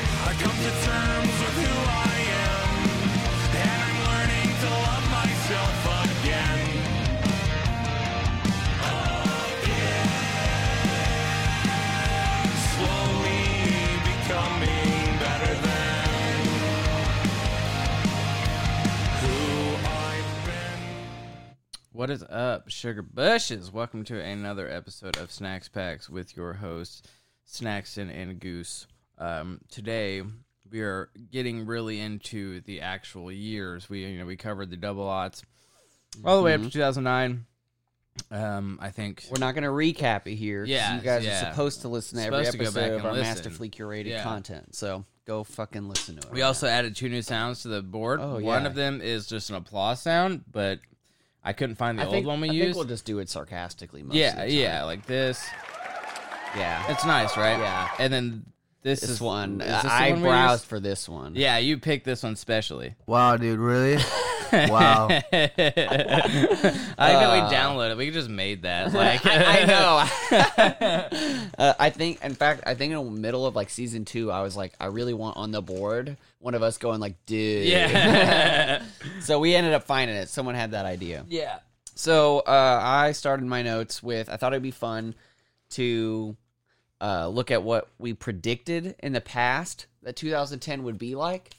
to terms with who I am, and I'm learning to love myself again. Again. Slowly becoming better than who I've been. What is up, Sugar Bushes? Welcome to another episode of Snacks Packs with your hosts, Snackson and Goose. Um, today we are getting really into the actual years. We you know we covered the double odds all the way Mm-hmm. up to 2009. Um, I think We're not going to recap it here. 'cause Yeah, you guys yeah. are supposed to listen to every Supposed to go back episode of and our listen. masterfully curated Yeah. content. So go fucking listen to it. we also added two new sounds to the board. Oh, One yeah. of them is just an applause sound, but I couldn't find the I old think, one we I used. think we'll just do it sarcastically. Most of yeah, the time. yeah, like this. yeah. It's nice, right? Yeah. And then this, This is one, uh, is this the I one we browsed used? for this one. Yeah, you picked this one specially. Wow, dude, really? wow. I think that we downloaded. We just made that. Like I know. uh, I think, in fact, I think in the middle of like season two, I was like, I really want on the board one of us going like, dude. Yeah. so we ended up finding it. Someone had that idea. yeah. So uh, I started my notes with I thought it'd be fun to uh, look at what we predicted in the past that 2010 would be like.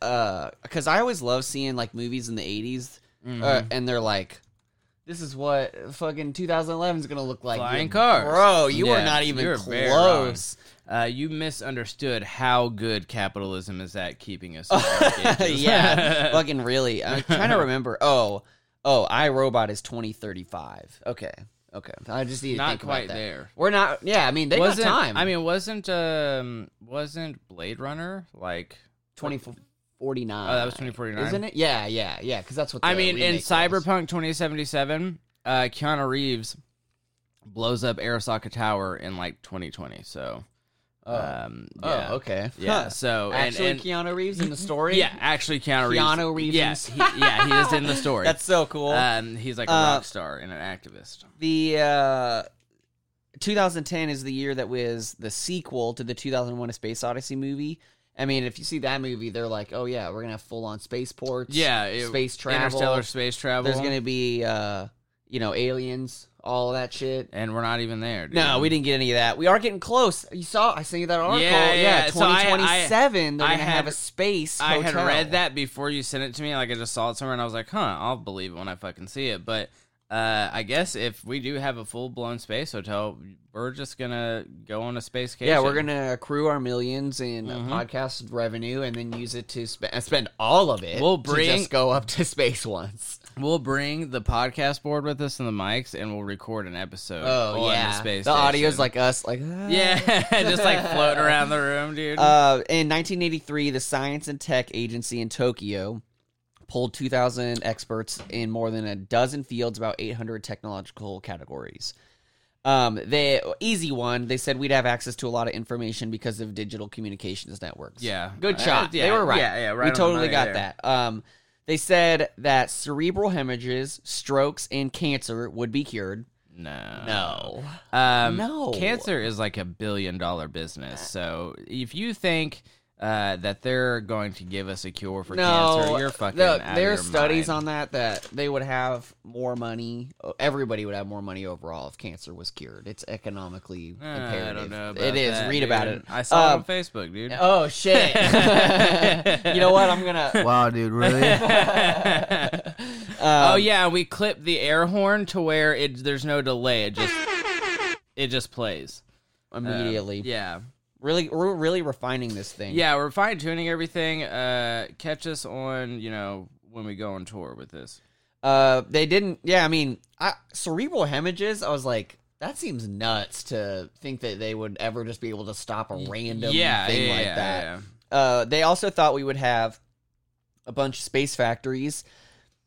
Because I always love seeing like movies in the 80s, uh, Mm-hmm. and they're like, "This is what fucking 2011 is gonna look like." Flying Yeah, cars. bro. You Yeah, are not even you were very close. Uh, you misunderstood how good capitalism is at keeping us. in dark ages. yeah, fucking really. I'm trying to remember. Oh, oh, iRobot is 2035. Okay, okay. I just need to Not think about quite that. there. We're not. Yeah, I mean, they wasn't got time. I mean, wasn't um, wasn't Blade Runner like? 2049. Oh, that was 2049. Isn't it? Yeah, yeah, yeah. Because that's what I the mean, in remake was. Cyberpunk 2077, uh, Keanu Reeves blows up Arasaka Tower in like 2020. So, um, Oh, yeah. okay. Yeah. Huh. So, and, actually, and- Keanu Reeves in the story. yeah, actually, Keanu Reeves. Keanu Reeves. Yes. he- yeah, he is in the story. that's so cool. Um, he's like a Uh, rock star and an activist. the uh, 2010 is the year that was the sequel to the 2001: A Space Odyssey movie. I mean, if you see that movie, they're like, "Oh yeah, we're gonna have full on spaceports. Yeah, it- space travel. interstellar space travel. There's gonna be, uh, you know, aliens, all that shit." and we're not even there. Dude. No, we didn't get any of that. We are getting close. You saw, I sent you that article. Yeah, Yeah, yeah. So I- I- 2027, they're I going to have had- a space. I had hotel. read that before you sent it to me. Like I just saw it somewhere, and I was like, "Huh, I'll believe it when I fucking see it." But uh, I guess if we do have a full blown space hotel, we're just gonna go on a space Yeah, we're going to accrue our millions in uh, Mhm. podcast revenue and then use it to spe- uh, spend all of it. We'll to bring- just go up to space once. We'll bring the podcast board with us and the mics, and we'll record an episode. Oh, on yeah. the space. audio's station. like us, like, ah. yeah, just like floating around the room, dude. Uh, in 1983, the Science and Tech Agency in Tokyo polled 2,000 experts in more than a dozen fields, about 800 technological categories. Um, they easy one. They said we'd have access to a lot of information because of digital communications networks. Yeah. good Uh, shot. yeah, they were right. yeah, yeah, right on We the totally money got there. that. Um, they said that cerebral hemorrhages, strokes, and cancer would be cured. no, No. Um, No. Cancer is like a billion dollar business. So if you think uh, that they're going to give us a cure for no, cancer, you're fucking no, out of there are your studies mind. on that that they would have more money. Everybody would have more money overall if cancer was cured. It's economically Uh, imperative. I don't know. About it is. that, Read dude. about it. I saw it Um, on Facebook, dude. Oh shit! you know what? I'm gonna. um, Wow, dude, really? Um, oh yeah, we clip the air horn to where it there's no delay. It just it just plays Um, Immediately, Yeah, really, we're really refining this thing. yeah. We're fine tuning everything. Uh, catch us on you know when we go on tour with this. Uh, they didn't. Yeah, I mean, I, cerebral hemorrhages. I was like, that seems nuts to think that they would ever just be able to stop a random yeah, thing yeah, like yeah, that. yeah. Uh, they also thought we would have a bunch of space factories.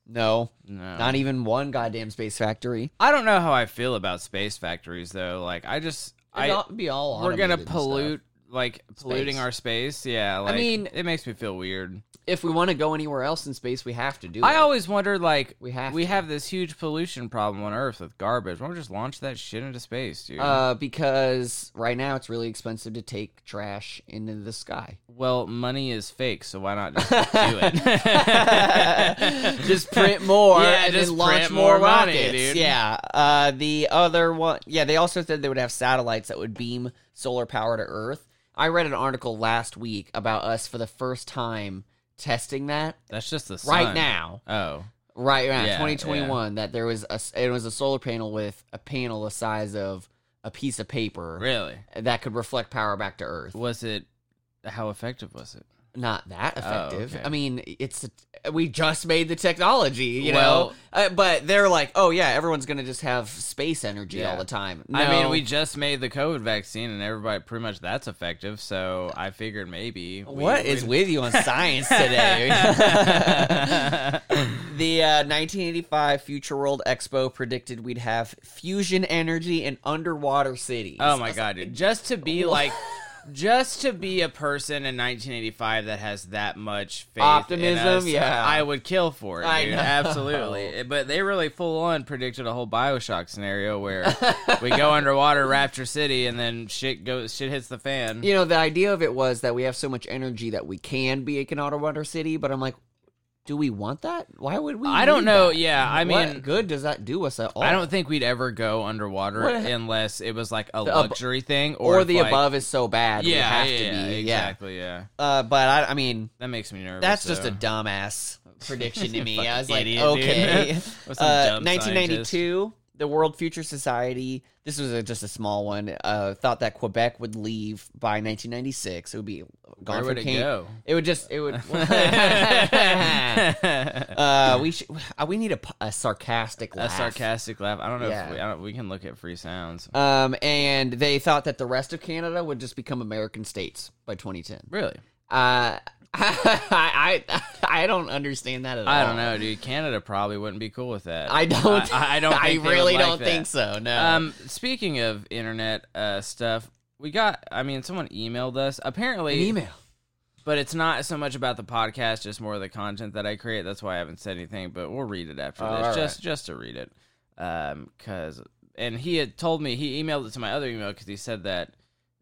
No, No. not even one goddamn space factory. I don't know how I feel about space factories though. Like I just I It'd all- be all we're gonna automated and stuff. pollute like polluting Space. our space. Yeah, like, mean- it makes me feel weird. If we want to go anywhere else in space, we have to do. I it. always wonder, like, We have we to. have this huge pollution problem on Earth with garbage. Why don't we just launch that shit into space, dude? uh, because right now it's really expensive to take trash into the sky. well, money is fake, so why not just do it? just print more Yeah, and just then launch print more, more money, rockets. dude. Yeah. Uh, the other one, yeah, they also said they would have satellites that would beam solar power to Earth. I read an article last week about us for the first time testing that That's just the sun. right now, Oh, right now, Yeah, 2021. That there was a s- it was a solar panel with a panel the size of a piece of paper really? that could reflect power back to Earth. Was it? How effective was it? not that effective. Oh, okay. I mean, it's we just made the technology, you know. Well- Uh, but they're like, oh yeah, everyone's gonna just have space energy Yeah. all the time. I No. mean, we just made the COVID vaccine, and everybody pretty much that's effective. So I figured maybe we What is would- with you on science today? the uh, 1985 Future World Expo predicted we'd have fusion energy in underwater cities. Oh my god, dude! Just to be like, just to be a person in 1985 that has that much faith in Optimism, us, yeah. I would kill for it. I dude. know. absolutely. But they really full on predicted a whole Bioshock scenario where we go underwater, Rapture City, and then shit goes, shit hits the fan. You know, the idea of it was that we have so much energy that we can be an underwater city, but I'm like, do we want that? Why would we? I don't need know. that? Yeah, I What mean, good does that do us at all? I don't think we'd ever go underwater Oh. What- unless it was like a ab- luxury thing or, or, if, the like- above is so bad we Yeah, have yeah, to yeah, be exactly. Yeah, yeah uh, but I, I mean that makes me nervous. that's just so. a dumbass prediction to me i was like idiot, dude. okay Or some uh, dumb 1992 the world future society this was a, just a small one uh, thought that quebec would leave by 1996 it would be gone Where for would it can- go? it would just it would a uh, we should, uh, we need a, p- a sarcastic laugh. sarcastic laugh. I don't know. Yeah. If we, I don't, we can look at free sounds. um and they thought that the rest of canada would just become american states by 2010 Really? Uh, I, I I don't understand that at all. I don't know, dude. Canada probably wouldn't be cool with that. I don't. I, I don't. Think I they would really like don't that. think so. No. Um, speaking of internet uh, stuff, we got. I mean, someone emailed us. Apparently, but it's not so much about the podcast, just more of the content that I create. That's why I haven't said anything, but we'll read it after Oh, this, all just just to read it, because and he had told me he emailed it to my other email because he said that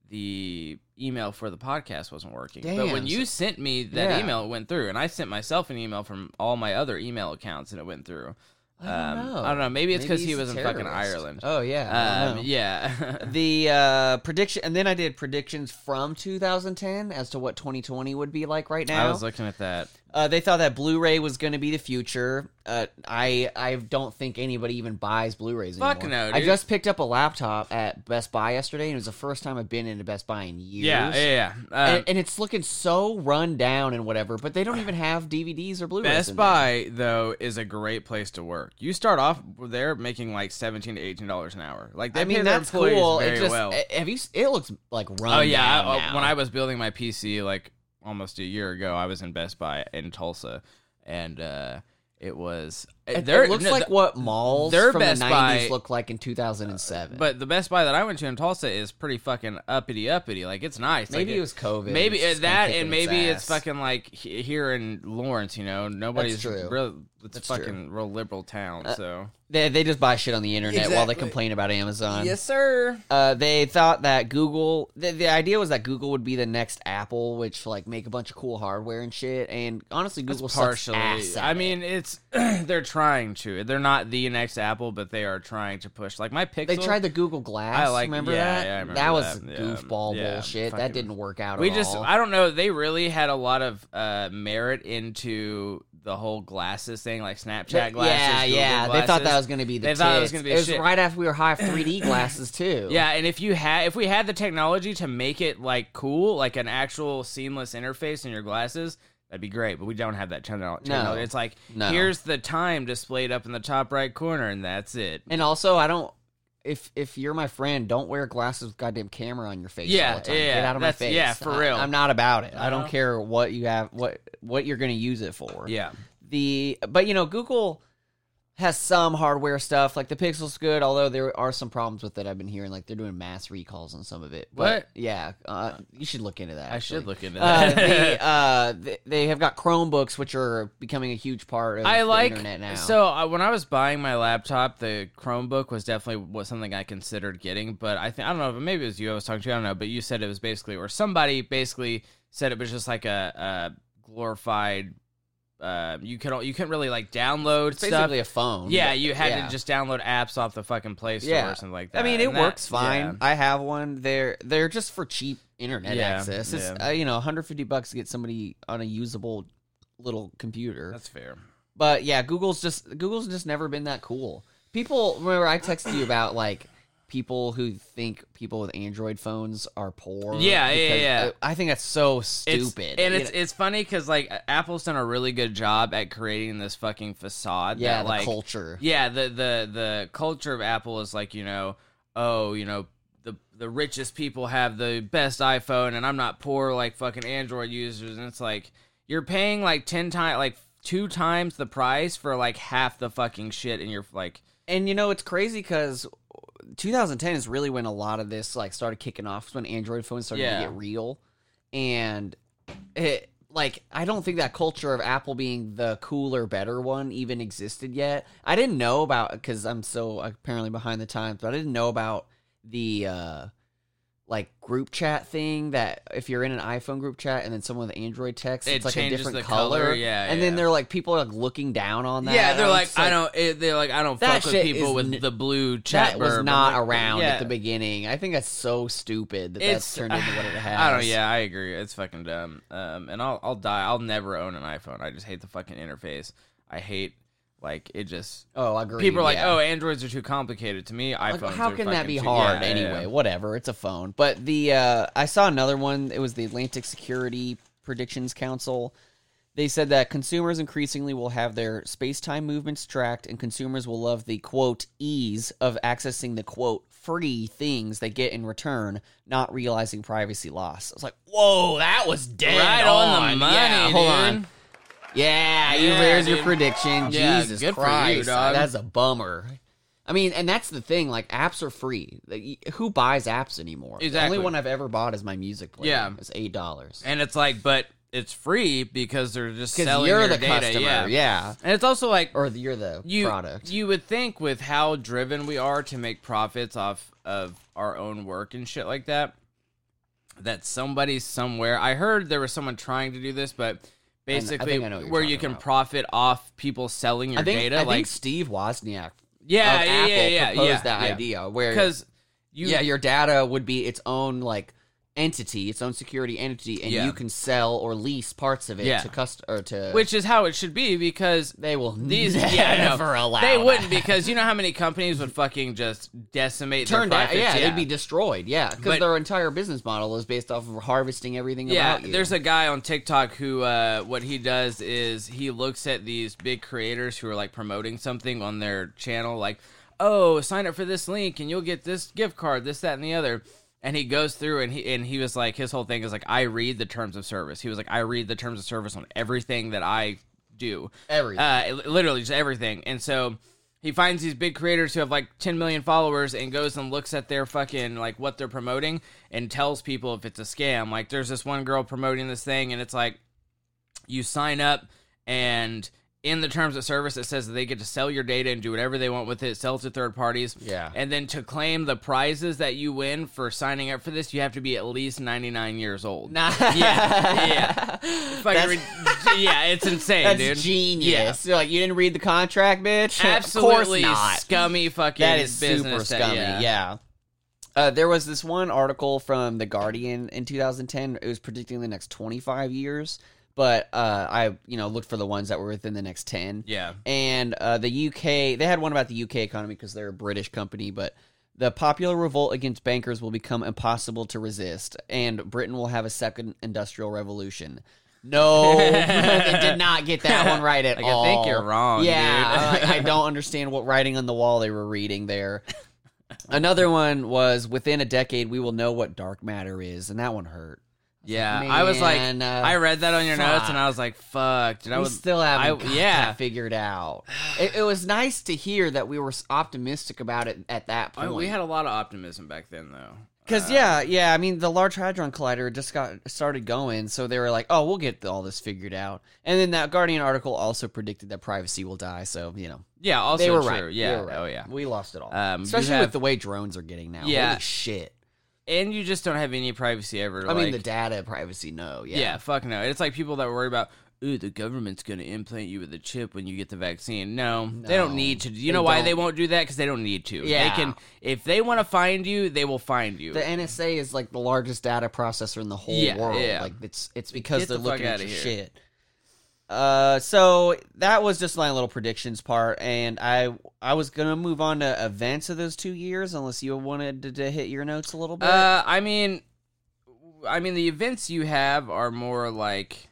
the email for the podcast wasn't working. But when Damn. you sent me that Yeah. email, it went through, and I sent myself an email from all my other email accounts, and it went through. Um, I don't know. I don't know. Maybe it's because he he's was a in fucking terrorist. Ireland. Oh yeah. I um, don't know. yeah. The uh, prediction, and then I did predictions from 2010 as to what 2020 would be like right now. I was looking at that. Uh, they thought that Blu-ray was going to be the future. Uh, I I don't think anybody even buys Blu-rays anymore. Fuck no, I dude. just picked up a laptop at Best Buy yesterday, and it was the first time I've been into Best Buy in years. Yeah, yeah, yeah. Um, and, and it's looking so run down and whatever, but they don't even have DVDs or Blu-rays. Best in there. Buy though is a great place to work. You start off there making like seventeen to eighteen dollars an hour. Like they I mean, pay their that's employees cool. very It just well. eh, have you? s- It looks like run. oh yeah, down I- now. when I was building my PC like almost a year ago, I was in Best Buy in Tulsa, and uh, it was it, there it looks no, like the- what malls their from Best the Buy- uh, 90s looked like in 2007. But the Best Buy that I went to in Tulsa is pretty fucking uppity uppity. Like it's nice. maybe eh, like, it was COVID. Maybe It's uh, kinda that, kicking and its maybe it's ass. fucking like he- here in Lawrence. You know, nobody's true. real. It's That's true. Uh, fucking real liberal town. So They, they just buy shit on the internet while they Exactly. complain about Amazon. sir. Uh, they thought that Google. The, the idea was that Google would be the next Apple, which like make a bunch of cool hardware and shit. And honestly, Google sucks partially. ass at I it. mean, it's they're trying to. They're not the next Apple, but they are trying to push. Like my Pixel, They tried the Google I Glass. like- remember yeah, that? yeah, I remember that was that. Yeah. goofball Yeah, bullshit. That fucking- didn't work out. we at just, all. I don't know. They really had a lot of uh, merit into the whole glasses thing, like Snapchat glasses. yeah, Google yeah. They thought that glasses. was going to be the. They thought it was gonna tits. be It was shit. right after we were high 3D glasses too. Yeah, and if you had, if we had the technology to make it like cool, like an actual seamless interface in your glasses, that'd be great. But we don't have that techno- technology. It's like No. here's the time displayed up in the top right corner, and that's it. And also, I don't. If if you're my friend, don't wear glasses with goddamn camera on your face. Yeah, all the time. yeah, Get out of my that's- face. yeah, for I- real. I'm not about it. I don't Uh-huh. care what you have, what what you're going to use it for. Yeah. the but you know google has some hardware stuff. Like the Pixel's good, although there are some problems with it. I've been hearing like they're doing mass recalls on some of it. But What? yeah, uh, you should look into that. I should actually. look into Uh, that. they, uh, th- they have got Chromebooks, which are becoming a huge part of I the like internet now. so uh, when I was buying my laptop, the Chromebook was definitely was something I considered getting, but I think I don't know if maybe it was you I was talking to, I don't know, but you said it was basically or somebody basically said it was just like a, a glorified. Uh, you could you couldn't really like download it's stuff. basically a phone. Yeah, but- you had yeah. to just download apps off the fucking Play Store Yeah. or something like that. I mean, it And that- works fine. yeah. I have one. They're they're just for cheap internet Yeah, access. It's yeah. uh, you know 150 bucks to get somebody on a usable little computer. That's fair. But yeah, Google's just Google's just never been that cool. People remember I texted you about like people who think people with Android phones are poor. Yeah, yeah, because- yeah. I, I think that's so It's- stupid. and You it's know- it's funny because like Apple's done a really good job at creating this fucking facade. yeah, that, the like, culture. Yeah, the the the culture of Apple is like you know, oh, you know, the the richest people have the best iPhone, and I'm not poor like fucking Android users, and it's like you're paying like ten times like two times the price for like half the fucking shit, and you're like, And you know it's crazy because 2010 is really when a lot of this like started kicking off. It's when Android phones started Yeah. to get real, and it like I don't think that culture of Apple being the cooler, better one even existed yet. I didn't know about because I'm so apparently behind the times, but I didn't know about the uh like group chat thing that if you're in an iPhone group chat and then someone with Android text, It it's like a changes different the color. color, yeah, and then yeah. they're like people are like looking down on that. yeah, they're and like, it's I don't, it, they're like, I don't That fuck with shit is people with n- the blue chat. that was verb. not I'm like, around yeah. at the beginning. I think that's so stupid that that's turned into what it has. I don't. Yeah, I agree. It's fucking dumb. Um, and I'll I'll die. I'll never own an iPhone. I just hate the fucking interface. I hate like it just. Oh, I agree. People are like, yeah. oh, Androids are too complicated. To me, iPhones. Like, how are can that fucking be too- hard yeah, yeah, anyway? yeah. Whatever, it's a phone. But the uh, I saw another one. It was the Atlantic Security Predictions Council. They said that consumers increasingly will have their space time movements tracked, and consumers will love the quote ease of accessing the quote free things they get in return, not realizing privacy loss. I was like, whoa, that was dead Right on the money, Yeah, hold on. dude. Yeah, you, Yeah, there's your dude. prediction. Yeah, Jesus good for you, Christ, dog. that's a bummer. I mean, and that's the thing. Like, apps are free. Like, y- who buys apps anymore? The Exactly. only one I've ever bought is my music player. Yeah. it's eight dollars. And it's like, but it's free because they're just Because selling you're your the data. customer, yeah. yeah. And it's also like or the, you're the you product. you would think with how driven we are to make profits off of our own work and shit like that that somebody somewhere I heard there was someone trying to do this but I basically think I know what you're where you talking can about. profit off people selling your I think data I like think Steve Wozniak, yeah, of yeah, Apple yeah yeah proposed yeah that idea where cuz you yeah, your data would be its own like entity, its own security entity, and Yeah. you can sell or lease parts of it Yeah. to cust or to which is how it should be because they will these never yeah, I know. allow. They that. wouldn't because you know how many companies would fucking just decimate turned their out, profits. yeah, they'd be destroyed. Yeah, because But- their entire business model is based off of harvesting everything Yeah, about you. there's a guy on TikTok who uh, what he does is he looks at these big creators who are like promoting something on their channel, like, oh, sign up for this link and you'll get this gift card, this, that, and the other. And he goes through and he and he was like, his whole thing is like, I read the terms of service. He was like, I read the terms of service on everything that I do. Everything. Uh, li- literally just everything. And so he finds these big creators who have like 10 million followers and goes and looks at their fucking like what they're promoting and tells people if it's a scam. Like there's this one girl promoting this thing and it's like you sign up and in the terms of service it says that they get to sell your data and do whatever they want with it, sell it to third parties. Yeah. And then to claim the prizes that you win for signing up for this, you have to be at least 99 years old. Nah. Yeah. Yeah. Fucking That's- re- yeah, it's insane, That's dude. genius. You're like, you didn't read the contract, bitch. of course absolutely not. scummy fucking that is super business that- scummy. yeah. Uh, there was this one article from The Guardian in 2010. It was predicting the next 25 years, but uh, I, you know, looked for the ones that were within the next 10. Yeah. and uh, the UK. They had one about the UK economy because they're a British company, but the popular revolt against bankers will become impossible to resist, and Britain will have a second industrial revolution. No, they did not get that one right at Like, all. I think you're wrong, Yeah, uh, dude. I- I don't understand what writing on the wall they were reading there. Another one was within a decade we will know what dark matter is, and that one hurt. Yeah, I was like, "Man, uh, I read that on your notes, and I was like, "Fuck!" Did I we would still haven't I- got yeah. that figured out. It, it was nice to hear that we were s- optimistic about it at that I- point. we had a lot of optimism back then, though. Because Uh, yeah, yeah, I mean the Large Hadron Collider just got started going, so they were like, "Oh, we'll get all this figured out." And then that Guardian article also predicted that privacy will die, so you know yeah, also they were true. right. They Yeah, were right. oh yeah. we lost it all, Um, you especially have- with the way drones are getting now. Yeah. Holy shit! And you just don't have any privacy ever. I mean like- the data privacy, no, yeah, Yeah. fuck no. It's like people that worry about, ooh, the government's going to implant you with a chip when you get the vaccine. No, they don't No, need to. You they know why don't. they won't do that? Because they don't need to. They Yeah. can, if they want to find you, they will find you. The NSA is like the largest data processor in the whole Yeah, world. yeah. Like it's it's because Get they're the fuck looking at outta your here. shit. Uh, so that was just my little predictions part, and I I was gonna move on to events of those two years, unless you wanted to, to hit your notes a little bit. uh, I mean, I mean, the events you have are more like.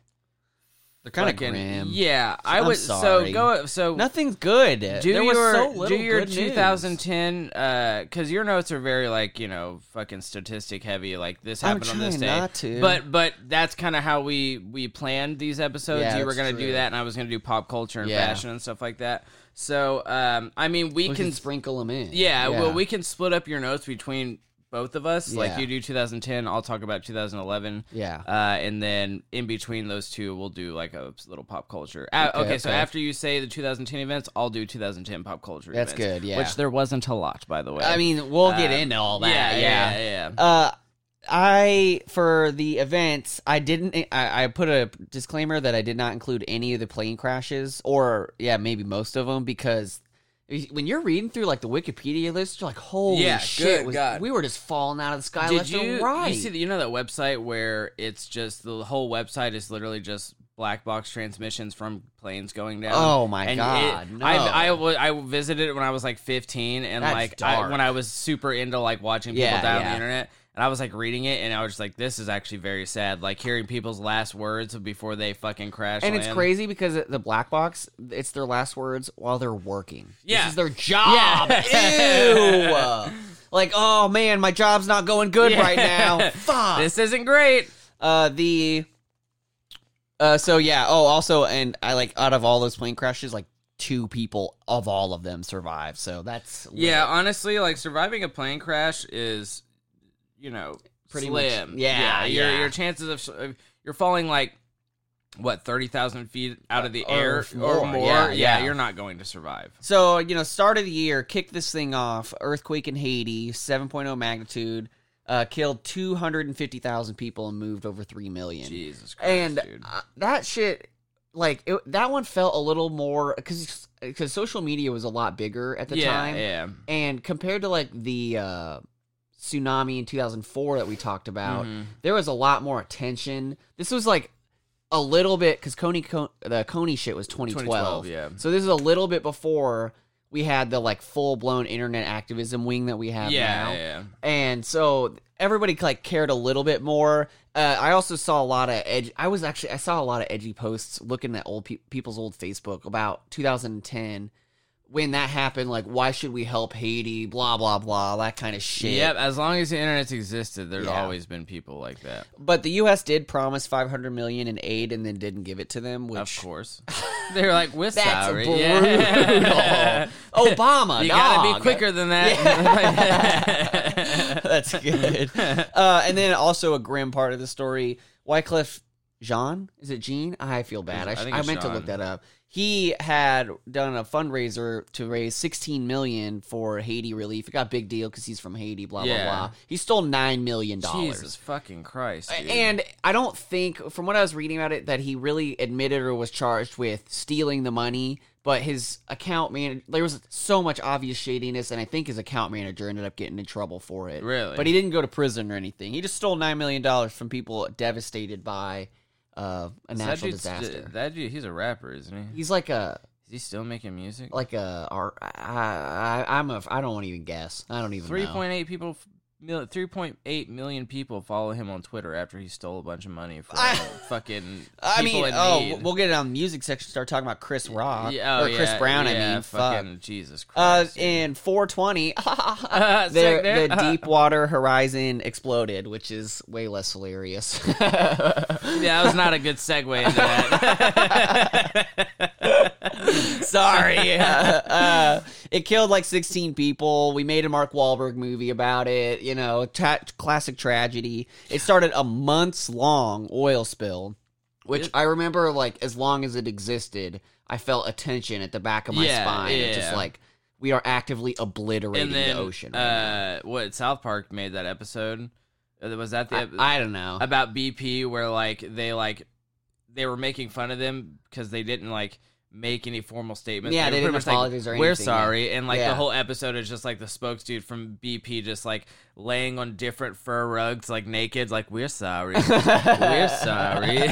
they're kind of fucking- grim. Yeah. I I'm would. sorry. So go. So. nothing's good. do there your was so little do your good news. 2010 because uh, your notes are very like you know fucking statistic heavy like this I'm happened on this trying day not to. but but that's kind of how we we planned these episodes Yeah, you were that's gonna true. do that and I was gonna do pop culture and Yeah. fashion and stuff like that so um I mean we, can we can sprinkle them in. yeah, well we can split up your notes between both of us like Yeah. you do 2010 I'll talk about 2011 yeah. uh, and then in between those two, we'll do like a little pop culture. Uh, okay, Okay, so okay. after you say the 2010 events, I'll do 2010 pop culture. That's events, good, yeah. Which there wasn't a lot, by the way. I mean, we'll get Uh, into all that. yeah, yeah. yeah, yeah. Uh, I for the events, I didn't. I, I put a disclaimer that I did not include any of the plane crashes, or yeah, maybe most of them, because when you're reading through like the Wikipedia list, you're like, holy Yeah, shit, good was- God. we were just falling out of the sky Did left you, and right. you see that? You know that website where it's just the whole website is literally just black box transmissions from planes going down. Oh my um, it- God, no. I, I, wa- I visited it when I was like 15, and That's like I, dark. when I was super into like watching Yeah, people die on yeah. the internet. And I was like reading it, and I was just like, "This is actually very sad." Like hearing people's last words before they fucking crash. and it's land. crazy because the black box, it's their last words while they're working. Yeah. This is their job. Yeah. Ew. Like, oh man, my job's not going good Yeah. right now. Fuck. This isn't great. Uh, the uh, so yeah. Oh, also, and I like out of all those plane crashes, like two people of all of them survived. So that's lit. Yeah, honestly, like surviving a plane crash is, you know, Pretty slim. much- yeah, your yeah. your chances of, of you're falling like what thirty thousand feet out of the Uh, Or air f- or more, more. yeah, Yeah, yeah. you're not going to survive. So you know, start of the year, kick this thing off. Earthquake in Haiti, seven oh magnitude, uh, killed two hundred and fifty thousand people and moved over three million. Jesus Christ, and dude. uh, that shit like it, that one felt a little more because because social media was a lot bigger at the yeah, time yeah, and compared to like the uh, tsunami in 2004 that we talked about Mhm. there was a lot more attention this was like a little bit because coney Con- the coney shit was 2012, 2012, yeah. so this is a little bit before we had the like full-blown internet activism wing that we have yeah, now yeah. and so everybody like cared a little bit more. Uh, I also saw a lot of edge. I was actually I saw a lot of edgy posts looking at old pe- people's old Facebook about 2010 when that happened. Like, why should we help Haiti? Blah blah blah, that kind of shit. Yep. As long as the internet's existed, there's Yeah. always been people like that. But the U.S. did promise 500 million in aid and then didn't give it to them. Which of course, they're like, "We're that's sorry." brutal. Yeah. Obama, you gotta be dog. quicker than that. That's good. Uh, and then also a grim part of the story: Wycliffe Jean is it Jean? I feel bad. I, I sh- think I it's meant to look Jean. that up. He had done a fundraiser to raise 16 million for Haiti relief. It got a big deal because he's from Haiti. Blah Yeah. blah blah. He stole nine million dollars. Jesus fucking Christ. dude. And I don't think, from what I was reading about it, that he really admitted or was charged with stealing the money. But his account manager, there was so much obvious shadiness, and I think his account manager ended up getting in trouble for it. Really? But he didn't go to prison or anything. He just stole $9 million from people devastated by uh, a That natural dude's- disaster. That dude, he's a rapper, isn't he? He's like a Is he still making music? like a ar- I I I'm a I don't want to even guess. I don't even Three know. point eight people f- mil- 3.8 million people follow him on Twitter after he stole a bunch of money from I- fucking I people mean, in oh, need. we'll get it on the music section. Start talking about Chris Rock Yeah, oh, or Chris yeah, Brown. I yeah, mean, fuck. fucking Jesus Uh, Christ. in 420, Sick the, there. the Deepwater Horizon exploded, which is way less hilarious. yeah, that was not a good segue into that. Sorry. Uh, uh, it killed like 16 people. We made a Mark Wahlberg movie about it. You know, ta classic tragedy. It started a months long oil spill, which It- I remember like as long as it existed, I felt a tension at the back of my Yeah, spine. It's yeah. Just like we are actively obliterating and then the ocean. right now. uh, what South Park made that episode? Uh, Was that the ep- I, I don't know. about BP where like they like they were making fun of them because they didn't like make any formal statements. were Yeah, they pretty didn't much like, apologize or We're anything, yeah. sorry, and like the Yeah. whole episode is just like the spokes dude from BP just like laying on different fur rugs like naked, like we're sorry, we're sorry.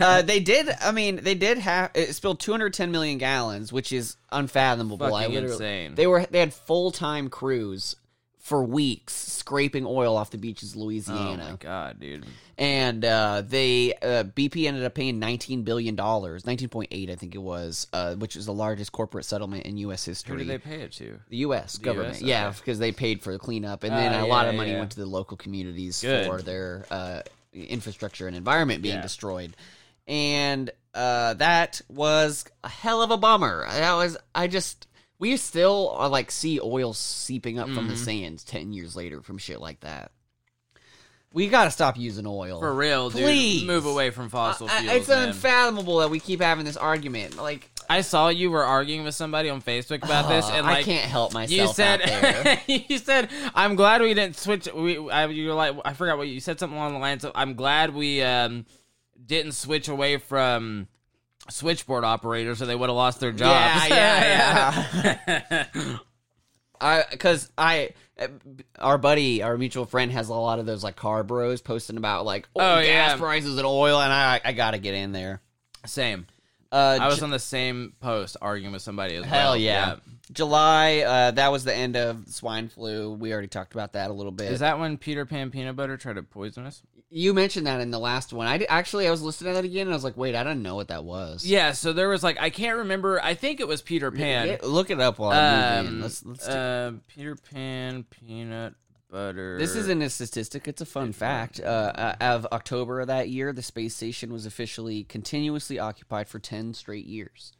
uh, they did. I mean, they did have it spilled 210 million gallons, which is unfathomable. I Fucking literally, insane. They were they had full time crews for weeks scraping oil off the beaches of oh Louisiana, my god, dude. and uh, they uh, BP ended up paying 19 billion dollars, 19.8 I think it was, uh, which is the largest corporate settlement in U.S. Who history. did they pay it to? the U.S. government, US, yeah, okay. because they paid for the cleanup, and then Ah, a lot yeah, of money yeah. went to the local communities Good. for their uh, infrastructure and environment being Yeah. destroyed. And uh, that was a hell of a bummer. That was I just we still are like see oil seeping up Mm-hmm. from the sands ten years later from shit like that. We got to stop using oil For real, dude. Oh. Please. Move away from fossil I- I- fuels. it's man. unfathomable that we keep having this argument. Like I saw you were arguing with somebody on Facebook about this, uh, and like I can't help myself. you said, out there. you said, I'm glad we didn't switch. We, I, you were like, I forgot what you said something along the lines of, I'm glad we um, didn't switch away from switchboard operators, or they would have lost their jobs. Yeah, yeah, I because I our buddy, our mutual friend, has a lot of those like car bros posting about like oh, Oh, gas yeah. prices and oil, and I I gotta get in there. same. Uh, I was Ju- on the same post arguing with somebody as well. hell yeah. July. Uh, that was the end of swine flu. We already talked about that a little bit. Is that when Peter Pan peanut butter tried to poison us? you mentioned that in the last one. I did, actually I was listening to that again, and I was like, wait, I didn't know what that was. Yeah, so there was like I can't remember. I think it was Peter Pan. Get- look it up while I'm moving. Um, Let's, let's uh, Peter Pan peanut butter. This isn't a statistic; it's a fun fact. Uh, uh, of October of that year, the space station was officially continuously occupied for ten straight years.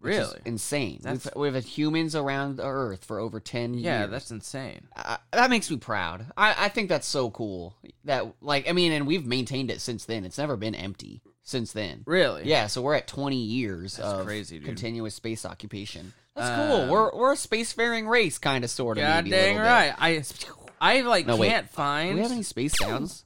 which is Really? insane. That's- We've, we've had humans around the Earth for over ten Yeah, years. that's insane. I, that makes me proud. I, I think that's so cool. That like, I mean, and we've maintained it since then. It's never been empty since then. Really? Yeah, so we're at twenty years That's of crazy, dude. continuous space occupation. That's Um, cool. We're we're a spacefaring race, kind of, sort of. God dang right. I I like No, wait. can't Do find. we have any space sounds?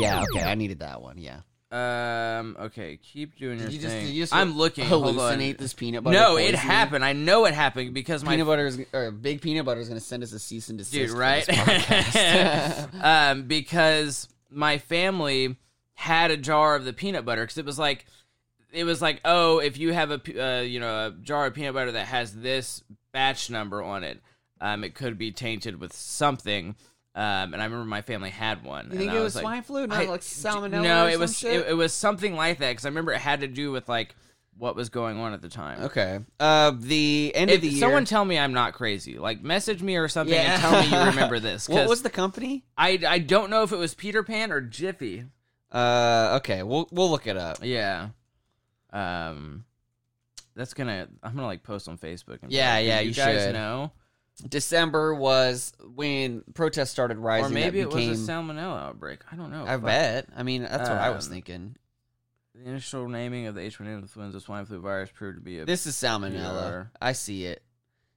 Yeah, okay, I needed that one. Yeah, um. Okay, keep doing your you just, thing. you just I'm looking. Hold on. Hallucinate this peanut butter. No, it poisoning? happened. I know it happened because my Peanut butter is or big peanut butter is going to send us a cease and desist. dude, for right? this podcast. um, because my family had a jar of the peanut butter because it was like, it was like, oh, if you have a p- uh, you know a jar of peanut butter that has this batch number on it, um, it could be tainted with something. Um, and I remember my family had one. you think and I it was like, swine flu, not I- like salmonella? No, or it some was shit? it, it was something like that because I remember it had to do with like what was going on at the time. okay. Uh, the end of If the year. someone tell me I'm not crazy, like message me or something Yeah. and tell me you remember this. what 'cause- was the company? I, I don't know if it was Peter Pan or Jiffy. Uh, okay, we'll we'll look it up. Yeah. Um that's gonna I'm gonna like post on Facebook and be Yeah, like, "Do yeah, you, you guys should. know. December was when protests started rising. Or maybe that it became, was a salmonella outbreak. I don't know. I Fuck. bet. I mean, that's what I was Um, thinking. The initial naming of the H1N1 influenza swine flu virus proved to be a This is salmonella. PR. I see it.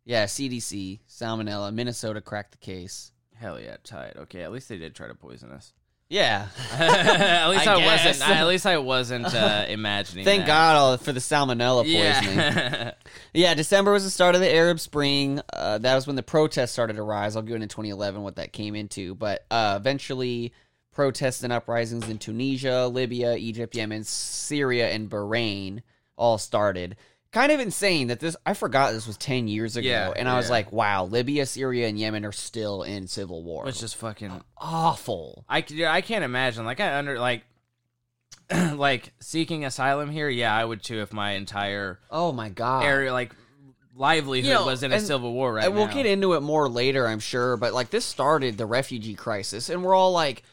Yeah, CDC, salmonella, Minnesota cracked the case. hell yeah, tight. Okay, at least they did try to poison us. Yeah. at least I, I guess. wasn't I, at least I wasn't uh, imagining Thank that. God all- for the salmonella poisoning. Yeah. Yeah. December was the start of the Arab Spring. Uh, that was when the protests started to rise. I'll go into 2011 what that came into, but uh, eventually protests and uprisings in Tunisia, Libya, Egypt, Yemen, Syria, and Bahrain all started. kind of insane that this I forgot this was 10 years ago Yeah, and I was yeah. like, wow, Libya, Syria and Yemen are still in civil war. It's just fucking. awful. I c- I can't imagine. Like I under like like seeking asylum here. Yeah, I would too if my entire Oh my god. area like livelihood You know, was in a and- civil war right and we'll now. get into it more later, I'm sure. But like this started the refugee crisis, and we're all like,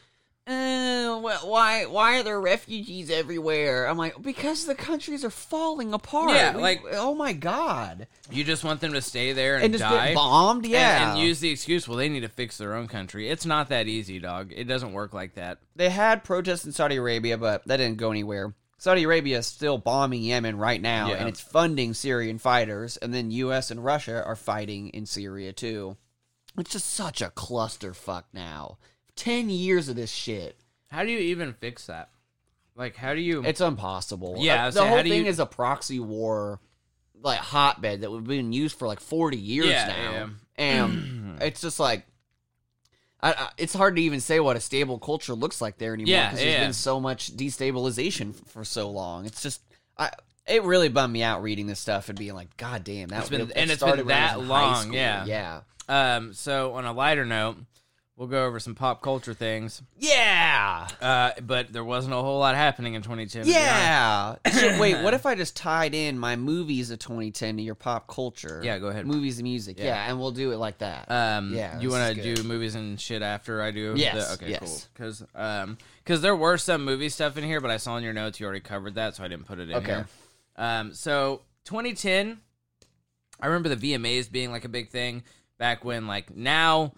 eh, wh- "Why? Why are there refugees everywhere?" I'm like, "Because the countries are falling apart." Yeah, like- oh my god, You just want them to stay there and, and just die. get bombed. and- Yeah, and use the excuse, well, they need to fix their own country. It's not that easy, dog. It doesn't work like that. they had protests in Saudi Arabia, but that didn't go anywhere. Saudi Arabia is still bombing Yemen right now, Yeah. and it's funding Syrian fighters, and then U.S. and Russia are fighting in Syria too. It's just such a clusterfuck now. Ten years of this shit. How do you even fix that? Like, how do you? It's impossible. Yeah, I Uh, was the saying, how whole do thing you- is a proxy war, like hotbed that we've been used for like forty years Yeah, now, yeah. and it's just like, I, I, it's hard to even say what a stable culture looks like there anymore Yeah, because there's yeah. been so much destabilization f- for so long. It's just, I it really bummed me out reading this stuff and being like, God damn, that It's been- really- and it it's been started when I was that in high long, school. yeah. yeah, um, so on a lighter note, we'll go over some pop culture things. yeah. Uh, but there wasn't a whole lot happening in 2010. to be honest. Yeah. So, wait, what if I just tied in my movies of 2010 to your pop culture? Yeah, go ahead. Movies and music. Yeah, and we'll do it like that. Um, Yeah, you this want is to good. do movies and shit after I do? Yes, the- okay, yes. cool. Because there were some movie stuff in here, but I saw in your notes you already covered that, so I didn't put it in Okay. here. Um, so 2010, I remember the VMAs being like a big thing back when, like now.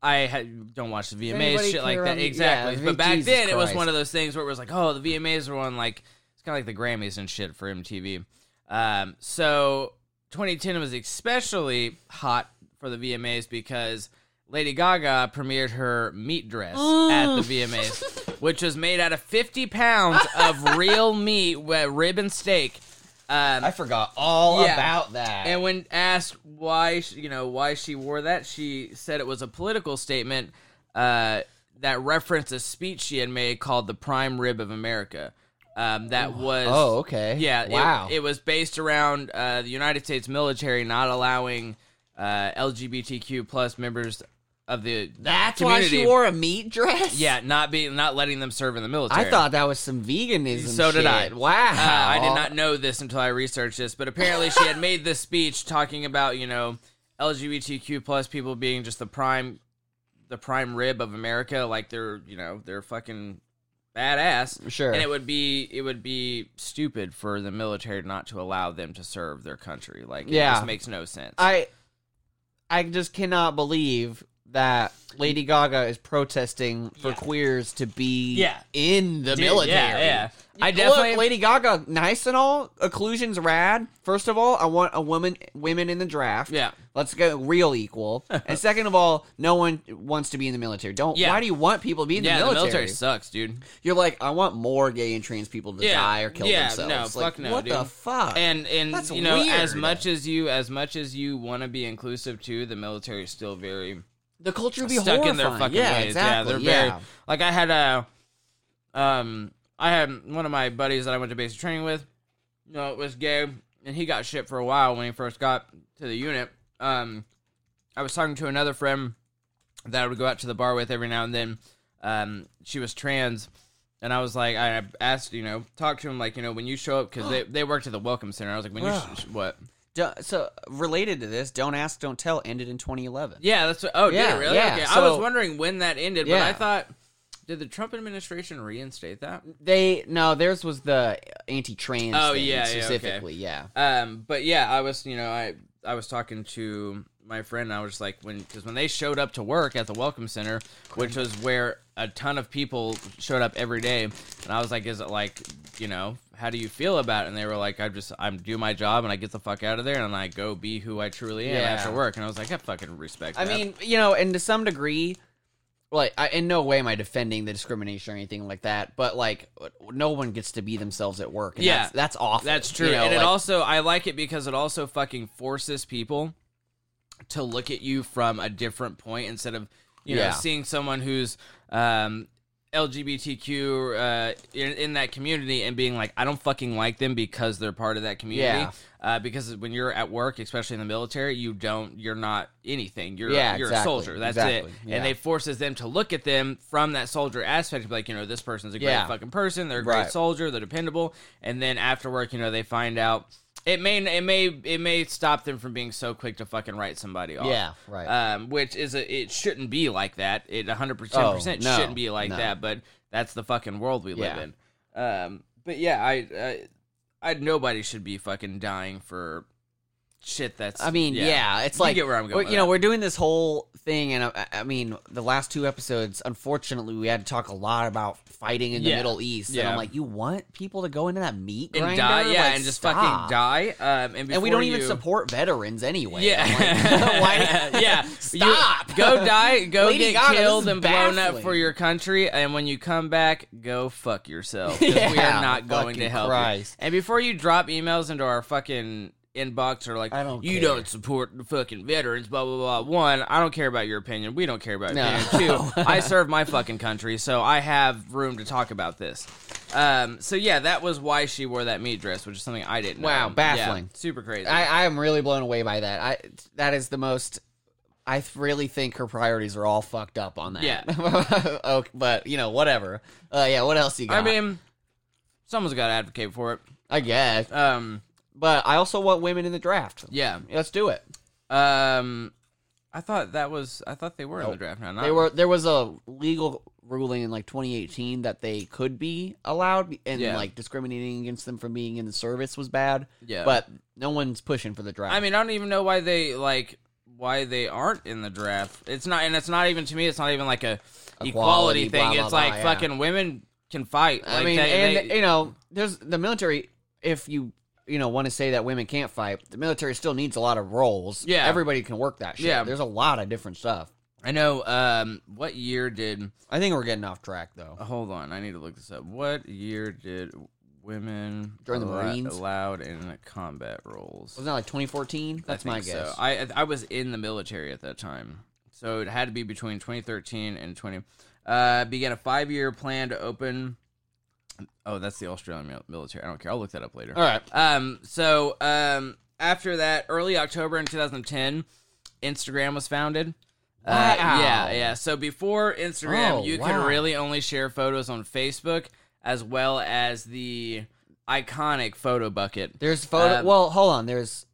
I ha- don't watch the VMAs anybody shit like care that about- yeah, exactly, I mean, but back Jesus then it was Christ. one of those things where it was like, oh, the VMAs were on like it's kind of like the Grammys and shit for MTV. Um, so 2010 was especially hot for the VMAs because Lady Gaga premiered her meat dress at the VMAs, which was made out of 50 pounds of real meat, wa- rib and steak. Um, I forgot all Yeah. about that. and when asked why, she, you know, why she wore that, she said it was a political statement uh, that referenced a speech she had made called "The Prime Rib of America." Um, that was oh, okay. yeah, it- Wow. It, was based around uh, the United States military not allowing uh, LGBTQ plus members of the That's community, why she wore a meat dress? Yeah, not being not letting them serve in the military. I thought that was some veganism. So did I. shit. Wow. Uh, I did not know this until I researched this, but apparently she had made this speech talking about you know LGBTQ plus people being just the prime, the prime rib of America, like they're you know they're fucking badass. Sure. and it would be it would be stupid for the military not to allow them to serve their country. Like, it Yeah. just makes no sense. I I just cannot believe that Lady Gaga is protesting for queers to be Yeah. in the Dude, yeah, military. yeah. I Look, definitely- Lady Gaga nice and all. Occlusion's rad. First of all, I want a woman women in the draft. Yeah. Let's go real equal. and second of all, no one wants to be in the military. Don't Yeah. why do you want people to be in yeah, the military? sucks, dude. You're like, I want more gay and trans people to Yeah. die or kill Yeah, themselves. no, Like, fuck no, What the dude. fuck? And and That's you know, as weird. much as you as much as you want to be inclusive too, the military is still very the culture would be stuck in their horrifying. fucking yeah, ways. Exactly. Yeah, they're very like I had a um I had one of my buddies that I went to basic training with, you know, it was gay and he got shit for a while when he first got to the unit. Um I was talking to another friend that I would go out to the bar with every now and then. Um she was trans and I was like, I asked, you know, talk to him, like, you know, when you show up, because they, they worked at the Welcome Center. I was like, when you, sh- sh- what? Don't- so related to this, don't ask, don't tell ended in 2011. Yeah, that's what, oh, Yeah, did it really? yeah, okay, I so- was wondering when that ended, but Yeah. I thought, did the Trump administration reinstate that? They no, theirs was the anti-trans. Oh, thing yeah, yeah, okay. specifically, yeah. Um, but yeah, I was, you know, I I was talking to my friend, and I was just like, when because when they showed up to work at the Welcome Center, which was where a ton of people showed up every day, and I was like, is it like, you know, how do you feel about it? And they were like, I just I'm do my job and I get the fuck out of there and I go be who I truly am Yeah. after work, and I was like, I fucking respect. I that. mean, you know, and to some degree, like, I, in no way am I defending the discrimination or anything like that. But like, no one gets to be themselves at work. And Yeah. that's, that's awful. That's true. You know, and it like- also I like it because it also fucking forces people to look at you from a different point instead of you know Yeah. seeing someone who's um LGBTQ uh, in, in that community and being like, I don't fucking like them because they're part of that community. Yeah. Uh, because when you're at work, especially in the military, you don't, you're not anything. You're Yeah, you're exactly, a soldier. That's exactly, it. yeah. And it forces them to look at them from that soldier aspect of like, you know, this person's a great Yeah. fucking person. They're a great Right. soldier. They're dependable. And then after work, you know, they find out. It may it may it may stop them from being so quick to fucking write somebody off. Yeah, right. Um, which is a it shouldn't be like that. It 100 Oh, percent no, shouldn't be like no. that. But that's the fucking world we live Yeah. in. Um, but yeah, I, I I nobody should be fucking dying for shit. That's I mean, yeah, it's You like get where I'm going we- with You know, that. we're doing this whole thing, and uh, I, I mean, the last two episodes, unfortunately, we had to talk a lot about fighting in the Yeah. Middle East, and Yeah. I'm like, you want people to go into that meat and grinder, die, yeah, Like, and just stop. fucking die. Um, and, And we before don't even you- support veterans anyway. I'm Yeah, like, why- yeah. You- Stop. go die. Go Lady get Gaga, this killed is and blown up baffling. for your country. And when you come back, go fuck yourself. 'cause we Yeah, are not going to fucking help. you. Christ. And before you drop emails into our fucking inbox or like I don't you care. don't support the fucking veterans blah blah blah one i don't care about your opinion we don't care about your No. opinion two i serve my fucking country so i have room to talk about this um so yeah that was why she wore that meat dress which is something i didn't Wow, know. Yeah, baffling. super crazy I, I am really blown away by that. I that is the most. I th- really think her priorities are all fucked up on that. Yeah. okay, but you know, whatever. Uh, yeah. What else you got? I mean, someone's got to advocate for it. I guess. Um, But I also want women in the draft. yeah. Let's do it. Um, I thought that was. I thought they were in the draft. Now, not, They were there was a legal ruling in like 2018 that they could be allowed, and Yeah. like discriminating against them from being in the service was bad. Yeah. But no one's pushing for the draft. I mean, I don't even know why they like why they aren't in the draft. It's not, and it's not even to me. It's not even like a equality, Equality, thing. blah, blah, it's blah, like yeah. fucking women can fight. I Like, mean, they- and they- you know, there's the military. If you you know want to say that women can't fight, the military still needs a lot of roles. Yeah. everybody can work that shit. Yeah. there's a lot of different stuff. I know. Um, what year did? I think we're getting off track though. Hold on, I need to look this up. What year did women During the allo- Marines? allowed in combat roles? Wasn't that like 2014? That's I my think guess. So. I I was in the military at that time, so it had to be between 2013 and 20. Uh, began a five-year plan to open. Oh, that's the Australian mil- military. I don't care. I'll look that up later. All right. Um. So um. After that, early October in 2010, Instagram was founded. Uh, Wow. yeah, yeah. So before Instagram, Oh, you wow. could really only share photos on Facebook as well as the iconic photo bucket. There's photo. Um, well, hold on. There's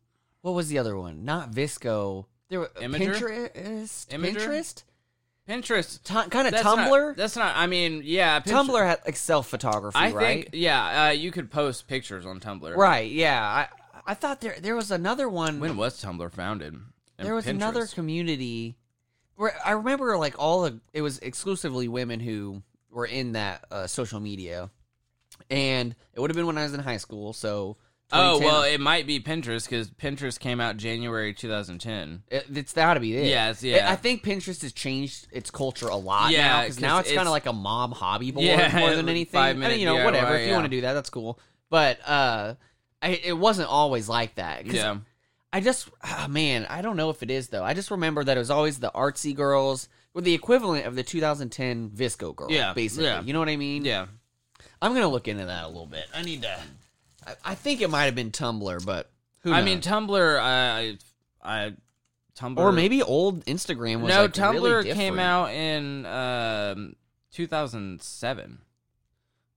what was the other one? Not Visco. There were uh, Imager? Pinterest. Imager? Pinterest. Pinterest. kind of That's Tumblr. Not, that's not. I mean, yeah, Pinterest- Tumblr had like self photography, I right? think. Yeah, uh, you could post pictures on Tumblr. right. Yeah. I I thought there there was another one. When was Tumblr founded? And there was another Pinterest. community where I remember like all the it was exclusively women who were in that uh, social media, and it would have been when I was in high school. So Oh 2010 well, it might be Pinterest because Pinterest came out January 2010. It, it's got to be it. Yes, yeah. I think Pinterest has changed its culture a lot Yeah, now because now 'cause it's, kind it's- of like a mom hobby board Yeah, more than anything. I five-minute mean, you know, whatever. DIY, If you yeah. want to do that, that's cool. But uh, I, it wasn't always like that. 'cause Yeah, I just, ah, man, I don't know if it is though. I just remember that it was always the artsy girls were the equivalent of the 2010 Visco girl. Yeah, basically. yeah. You know what I mean? yeah. I'm gonna look into that a little bit. I need to. I, I think it might have been Tumblr, but who I knows? mean Tumblr. I, I, I Tumblr. or maybe old Instagram was no. like, Tumblr really came different. out in um, 2007.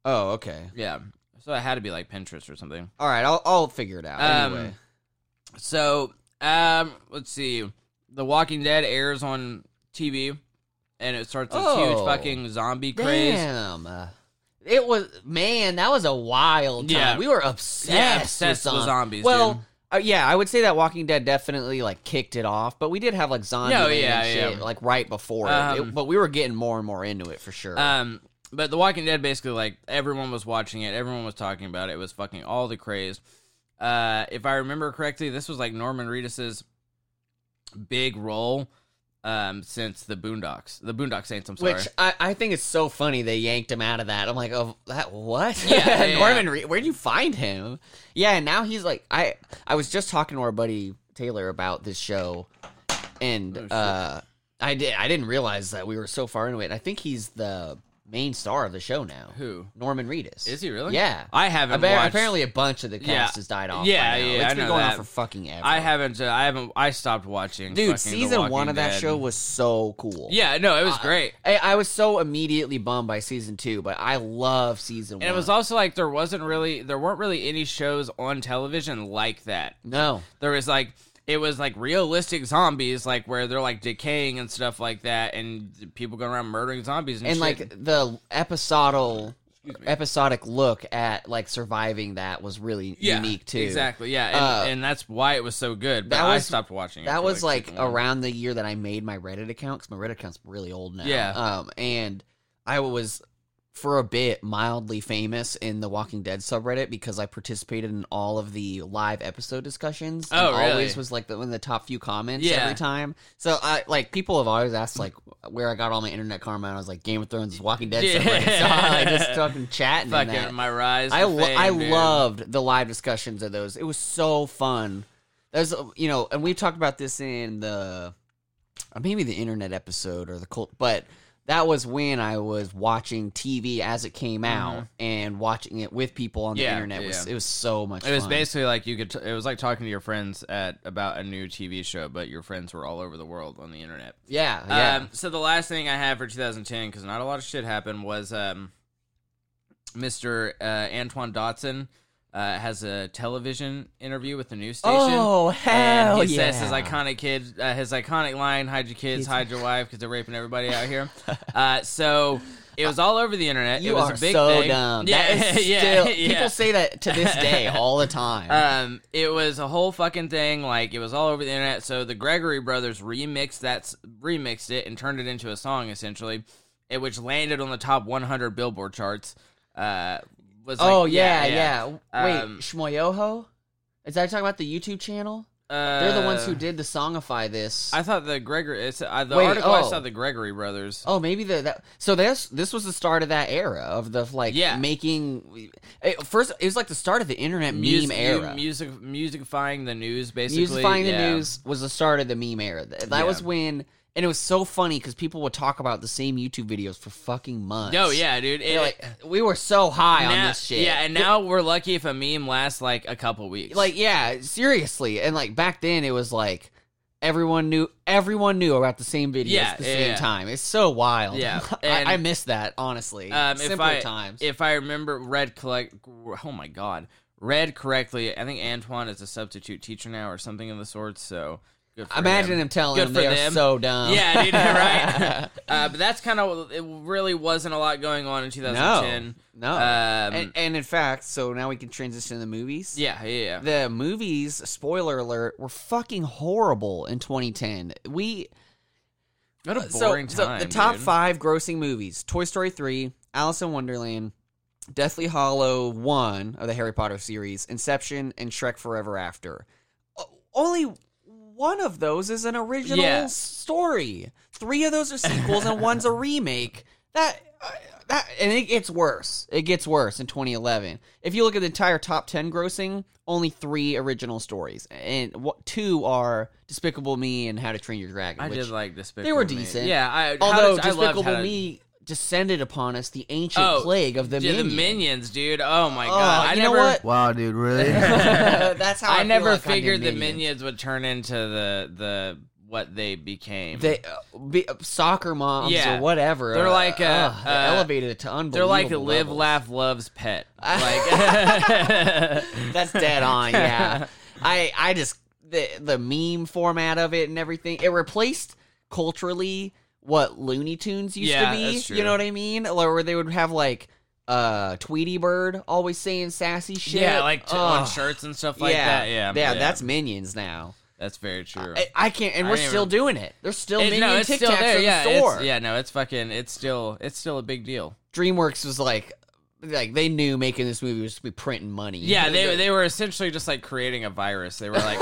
Oh, okay. Yeah, so it had to be like Pinterest or something. All right, I'll I'll figure it out. Um, anyway. So, um, let's see. The Walking Dead airs on TV, and it starts this Oh. huge fucking zombie craze. Damn. Uh, It was man, that was a wild time. Yeah. We were obsessed, Yeah, obsessed with, with zom- zombies, Well, dude. uh, yeah, I would say that Walking Dead definitely like kicked it off, but we did have like zombie No, land Oh, yeah, and shit yeah. like right before it. Um, it. But we were getting more and more into it for sure. Um, but The Walking Dead basically like everyone was watching it, everyone was talking about it. It was fucking all the craze. Uh, if I remember correctly, this was like Norman Reedus's big role um since the Boondocks, the Boondock Saints. I'm sorry. which I, I think it's so funny they yanked him out of that. I'm like, oh, that what? Yeah, yeah, Norman, Reed, where'd you find him? Yeah, and now he's like, I I was just talking to our buddy Taylor about this show, Oh, and uh, I did I didn't realize that we were so far into it. And I think he's the main star of the show now. Who? Norman Reedus. Is he really? Yeah. I haven't Appa- watched- Apparently, a bunch of the cast Yeah. has died off. Yeah, by now. yeah, It's I been know going on that. for fucking ever. I haven't. uh, I haven't. I stopped watching. fucking Dude, The season one Walking of that Dead. show was so cool. Yeah, no, it Uh, was great. I, I was so immediately bummed by season two, but I love season one. And it was also like there wasn't really there weren't really any shows on television like that. no, There was like it was like realistic zombies, like where they're like decaying and stuff like that, and people going around murdering zombies and, and shit. like the episodal episodic look at like surviving that was really yeah, unique too. Exactly, yeah, and, Uh, and that's why it was so good. But that I was- stopped watching. it That for, was like season one. around the year that I made my Reddit account because my Reddit account's really old now. Yeah. Um, and I was for a bit mildly famous in the Walking Dead subreddit because I participated in all of the live episode discussions. and Oh, really? Always was like the, in the top few comments Yeah. every time. So I like people have always asked like where I got all my internet karma, and I was like Game of Thrones, is Walking Dead Yeah. subreddit. So I like, just fucking chatting. in that. fucking my rise. I to lo- fame, I dude. loved the live discussions of those. It was so fun. There's uh, you know, and we talked about this in the uh, maybe the internet episode or the cult, but that was when I was watching TV as it came out and watching it with people on the Mm-hmm. Yeah, internet. yeah, was yeah. it was so much. It was fun. basically like you could. T- it was like talking to your friends at about a new TV show, but your friends were all over the world on the internet. yeah, yeah. Um, so the last thing I have for 2010, because not a lot of shit happened, was um, Mr. Uh, Antoine Dotson uh, has a television interview with the news station. Oh, hell And he says his yeah. iconic kid, uh, his iconic line, "Hide your kids, hide your wife," because they're raping everybody out here. Uh, so it was all over the internet. you it was are a big so thing. dumb. Yeah, that is yeah, still, yeah. people say that to this day all the time. Um, it was a whole fucking thing. Like it was all over the internet. So the Gregory Brothers remixed that, s- remixed it, and turned it into a song essentially, it, which landed on the top 100 Billboard charts. Uh, was like- oh yeah, yeah. Wait, Um, Shmoyoho? Is that talking about the YouTube channel? Uh, They're the ones who did the songify this. I thought the Gregory. It's, uh, the Wait, article I oh. saw the Gregory Brothers. oh, maybe the that. So this this was the start of that era of the like Yeah. making. It, first, it was like the start of the internet Mus- meme era. Music, musicifying the news, basically. Musifying yeah. the news was the start of the meme era. Th- That, Yeah. was when, and it was so funny because people would talk about the same YouTube videos for fucking months. No, yeah, dude. They're It- like we were so high now- on this shit. Yeah, and now we're lucky if a meme lasts like a couple weeks. like yeah seriously and like back then it was like everyone knew everyone knew about the same videos Yeah, at the yeah, same yeah. time it's so wild Yeah, and- I, I miss that honestly Um, simpler if I times if I remember read collect, oh my god, read correctly. I think Antoine is a substitute teacher now or something of the sort. So good for imagine him. them telling Good them for they're them. so dumb Yeah, dude, right. uh, but that's kind of it. Really wasn't a lot going on in no 2010. no Oh. Um, and, and in fact so now we can transition to the movies yeah, yeah, yeah. the movies spoiler alert were fucking horrible in 2010 we what a so, boring so time. the top dude. five grossing movies: Toy Story three, Alice in Wonderland, Deathly Hollow one of the Harry Potter series, Inception, and Shrek Forever After. O- Only one of those is an original Yeah. story. Three of those are sequels, and one's a remake. That. uh, That, and it gets worse. It gets worse in 2011. If you look at the entire top 10 grossing, only three original stories, and what two are Despicable Me and How to Train Your Dragon. I which, did like Despicable they were Me. decent. Yeah, I, although how did, I Despicable loved how- Me descended upon us the ancient Oh, plague of the Yeah, minions. minions, dude. Oh my Oh, god, I you never. know what? Wow, dude, really? That's how I, I, feel never like I did figured the minions. minions would turn into the the what they became. They uh, be, uh, soccer moms Yeah. or whatever. They're uh, like, uh, ugh, they uh, elevated it to unbelievable. They're like a live, levels. laugh, loves pet. Like, That's dead on. Yeah, I I just the the meme format of it and everything. It replaced culturally what Looney Tunes used Yeah, to be. that's true. You know what I mean? Or where they would have like uh Tweety Bird always saying sassy shit. yeah, like t- on Ugh. shirts and stuff like that. Yeah, yeah, That's minions now. that's very true. I, I can't, and I we're didn't still even- doing it. There's still It- minion no, it's Tic still Tacs there. in Yeah, the it's- store. yeah, no, it's fucking. It's still. It's still a big deal. DreamWorks was like, like they knew making this movie was to be printing money. Yeah, they they were essentially just like creating a virus. They were like,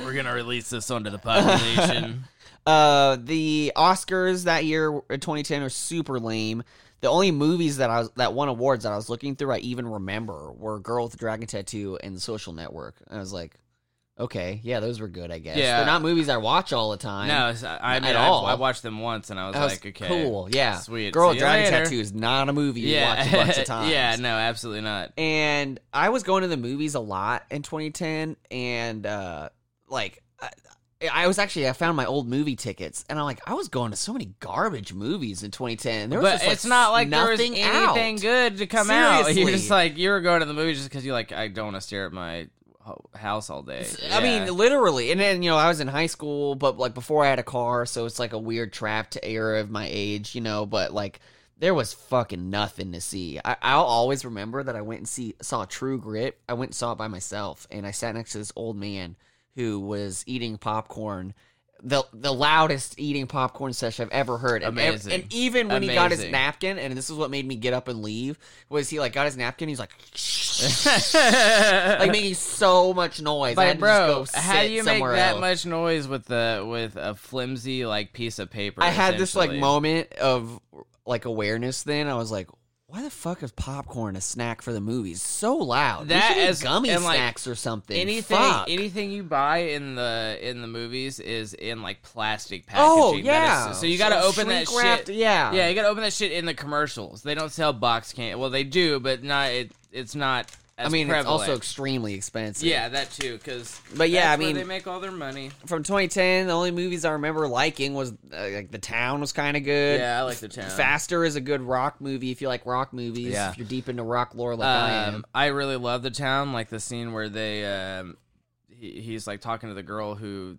we're gonna release this onto the population. Uh, the Oscars that year, uh, 2010, were super lame. The only movies that I was that won awards that I was looking through, I even remember, were Girl with the Dragon Tattoo and The Social Network. And I was like, Okay, yeah, those were good. I guess. Yeah. they're not movies I watch all the time. No, it's- I, I Not mean, at I, all. I watched them once and I was, that was like, okay, cool. Yeah, sweet. See Girl with you Dragon later. Tattoo is not a movie Yeah, you watch a bunch of times. yeah, no, absolutely not. and I was going to the movies a lot in 2010, and uh, like I, I was actually I found my old movie tickets, and I'm like I was going to so many garbage movies in 2010. There was But just, like, it's not like there was nothing out. anything good to come out. You're Seriously. just like you were going to the movies just because you like I don't want to stare at my ho- house all day. I Yeah. mean, literally. And then, you know, I was in high school, but like before I had a car, so it's like a weird trapped era of my age, you know, but like there was fucking nothing to see. I, I'll always remember that I went and see saw True Grit. I went and saw it by myself and I sat next to this old man who was eating popcorn. The, the loudest eating popcorn session I've ever heard. And, ev- Amazing. and even when he got his Amazing. napkin, and this is what made me get up and leave, was he like got his napkin? He's like, like making so much noise. I had like to bro, just go how do sit you make somewhere that else. much noise with the with a flimsy like piece of paper? I had this like essentially? moment of like awareness. Then I was like, why the fuck is popcorn a snack for the movies so loud? We That should eat is- gummy and, like, snacks or something. Anything, Fuck. anything you buy in the in the movies is in like plastic packaging. oh That is- yeah. so you got to open that shrink-wrapped- shit. Yeah. Yeah, you gotta open that shit in the commercials. They don't sell box can. Well, they do, but not. It, it's not. As I mean, prevalent. it's also extremely expensive. yeah, that too. Because But yeah, I mean- they make all their money. From 2010, the only movies I remember liking was uh, like The Town was kind of good. Yeah, I like The Town. Faster is a good rock movie if you like rock movies. Yeah. If you're deep into rock lore like I am. Um, I really love the town, like the scene where they, um, he, he's like talking to the girl who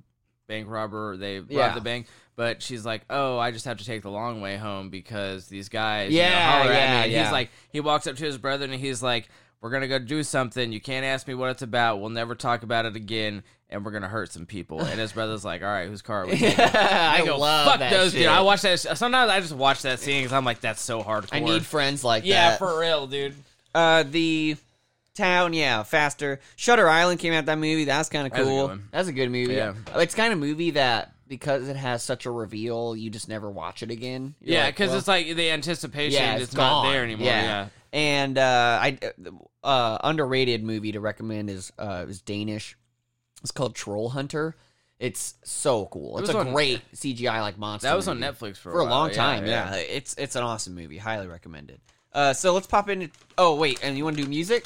bank robber. They robbed Yeah. the bank, but she's like, "Oh, I just have to take the long way home because these guys." Yeah, you know, holler at me." yeah, And yeah. He's like, he walks up to his brother and he's like, "We're gonna go do something. You can't ask me what it's about. We'll never talk about it again." And we're gonna hurt some people. And his brother's like, "All right, whose car are we?" taking?" I, go, love Fuck that those, shit. dude. I watch that. sh- Sometimes I just watch that scene because I'm like, "That's so hardcore." I need friends like yeah, that. for real, dude. uh, the town, yeah, faster. Shutter Island came out that movie. That's kind of That's a good cool. one. That's a good movie. Yeah. It's kind of movie that because it has such a reveal, you just never watch it again. You're Yeah, like, because well, it's like the anticipation yeah, it's, not gone. there anymore. Yeah. And uh, I uh, underrated movie to recommend is uh, is Danish. It's called Troll Hunter. It's so cool. It's was a on- great CGI like monster. That was on movie. Netflix for a, for a while. long time. Yeah, it's it's an awesome movie. Highly recommended. Uh, so let's pop into. Oh wait, and you want to do music?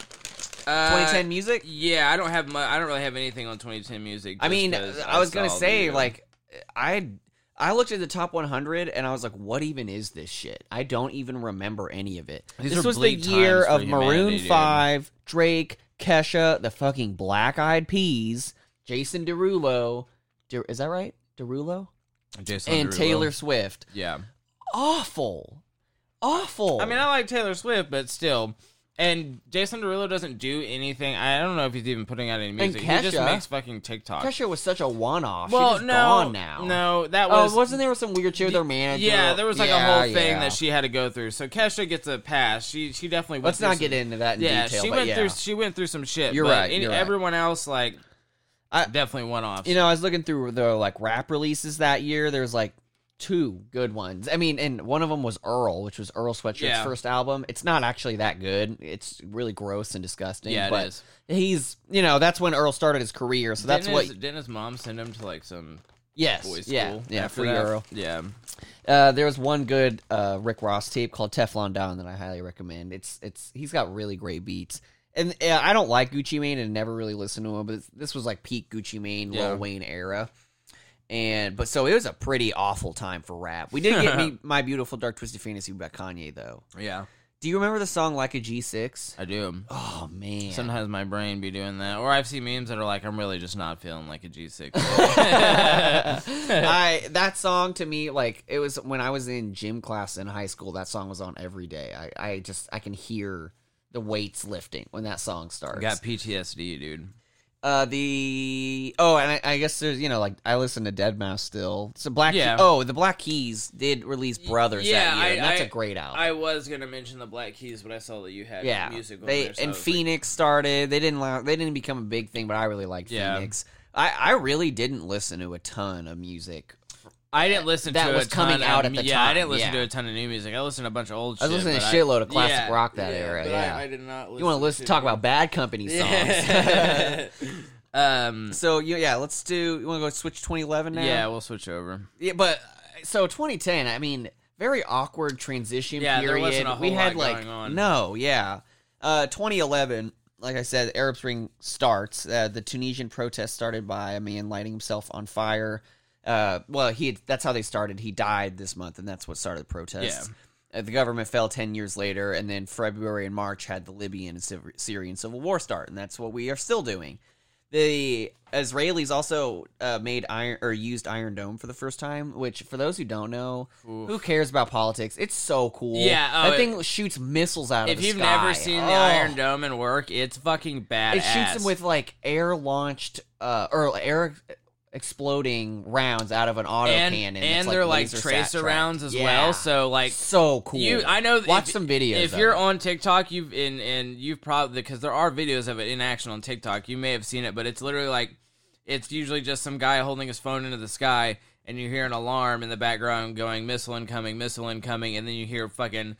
Uh, 2010 music. Yeah, I don't have my, I don't really have anything on 2010 music. I just mean, 'cause I was gonna saw say the- uh, like, I I looked at the top 100 and I was like, what even is this shit? I don't even remember any of it. These this are was the bleak year times for of Maroon humanity, dude. Five, Drake, Kesha, the fucking Black Eyed Peas, Jason Derulo. Der- is that right? Derulo Jason and Derulo. Taylor Swift. Yeah, Awful, awful. I mean, I like Taylor Swift, but still. And Jason Derulo doesn't do anything. I don't know if he's even putting out any music. he just Kesha. makes fucking TikTok. Kesha was such a one-off. well, She's no, gone now. no, that Oh, was was, not there some weird shit with her manager? yeah. There was like Yeah, a whole thing yeah. that she had to go through. So Kesha gets a pass. She she definitely. went Let's through not some- get into that in yeah, detail. she but went yeah. through. She went through some shit. You're but right, any- you're right. Everyone else, like, I- definitely went off. You know, I was looking through the like rap releases that year. There was like two good ones. I mean, and one of them was Earl, which was Earl Sweatshirt's Yeah. first album. It's not actually that good. It's really gross and disgusting. Yeah, it but is. He's you know that's when Earl started his career. So that's didn't what His, didn't his mom send him to like some yes, boys' yeah, school? yeah, after free that? Earl. Yeah, Uh, there was one good uh, Rick Ross tape called Teflon Down that I highly recommend. It's it's he's got really great beats, and uh, I don't like Gucci Mane and never really listened to him, but it's- this was like peak Gucci Mane, Yeah. Lil Wayne era, and but so it was a pretty awful time for rap. We did get me my beautiful dark twisted fantasy by Kanye though. yeah, Do you remember the song Like a G Six? I do. Oh man, Sometimes my brain be doing that, or I've seen memes that are like, "I'm really just not feeling like a G6." I that song to me like it was when I was in gym class in high school. That song was on every day. I I just I can hear the weights lifting when that song starts. Got PTSD, dude. uh, the oh, and I, I guess there's you know like I listen to Dead Mouse still. So Black Key- Yeah. oh the Black Keys did release Brothers yeah, that year. and I- that's a I- great album. I was gonna mention the Black Keys, but I saw that you had Oh. yeah, music. they and Phoenix started. They didn't la- they didn't become a big thing, but I really liked Yeah. Phoenix. I I really didn't listen to a ton of music I didn't listen that to was a ton coming of- out at the yeah, I time, didn't listen to yeah. a ton of new music. I listened to a bunch of old. I was shit, listening to but shitload of classic yeah, rock that yeah, era, but yeah. I, I did not. Listen You want to listen talk about Bad Company songs? Yeah. Um, So you, yeah, let's do. You want to go switch 2011 now? yeah, we'll switch over. yeah. But uh, so 2010. I mean, very awkward transition Yeah, there period. wasn't a we whole had lot like going on. no, yeah. Uh, 2011. Like I said, Arab Spring starts. Uh, the Tunisian protest started by a man lighting himself on fire. Uh, well, he had, that's how they started. He died this month, and that's what started the protests. Uh, the government fell 10 years later, and then February and March had the Libyan and Syri- Syrian civil war start, and that's what we are still doing. The Israelis also uh, made iron or used Iron Dome for the first time, which, for those who don't know, who cares about politics? It's so cool. Yeah, oh, that it- thing shoots missiles out of If the you've sky. never seen Oh. the Iron Dome in work, it's fucking badass. it shoots them with like air launched uh, or air exploding rounds out of an auto and cannon. that's, and they're like laser tracer sat-trapped. rounds as Yeah. well. So like so cool. You, I know. that Watch if- some videos. If of you're it. on TikTok, you've in and you've probably because there are videos of it in action on TikTok. You may have seen it, but it's literally like it's usually just some guy holding his phone into the sky, and you hear an alarm in the background going missile incoming, missile incoming, and then you hear fucking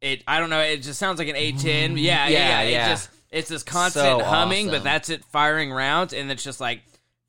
it. I don't know. It just sounds like an A10. Yeah, yeah, yeah. Mm, Yeah, It yeah. just it's this constant So humming, but awesome. that's it firing rounds, and it's just like.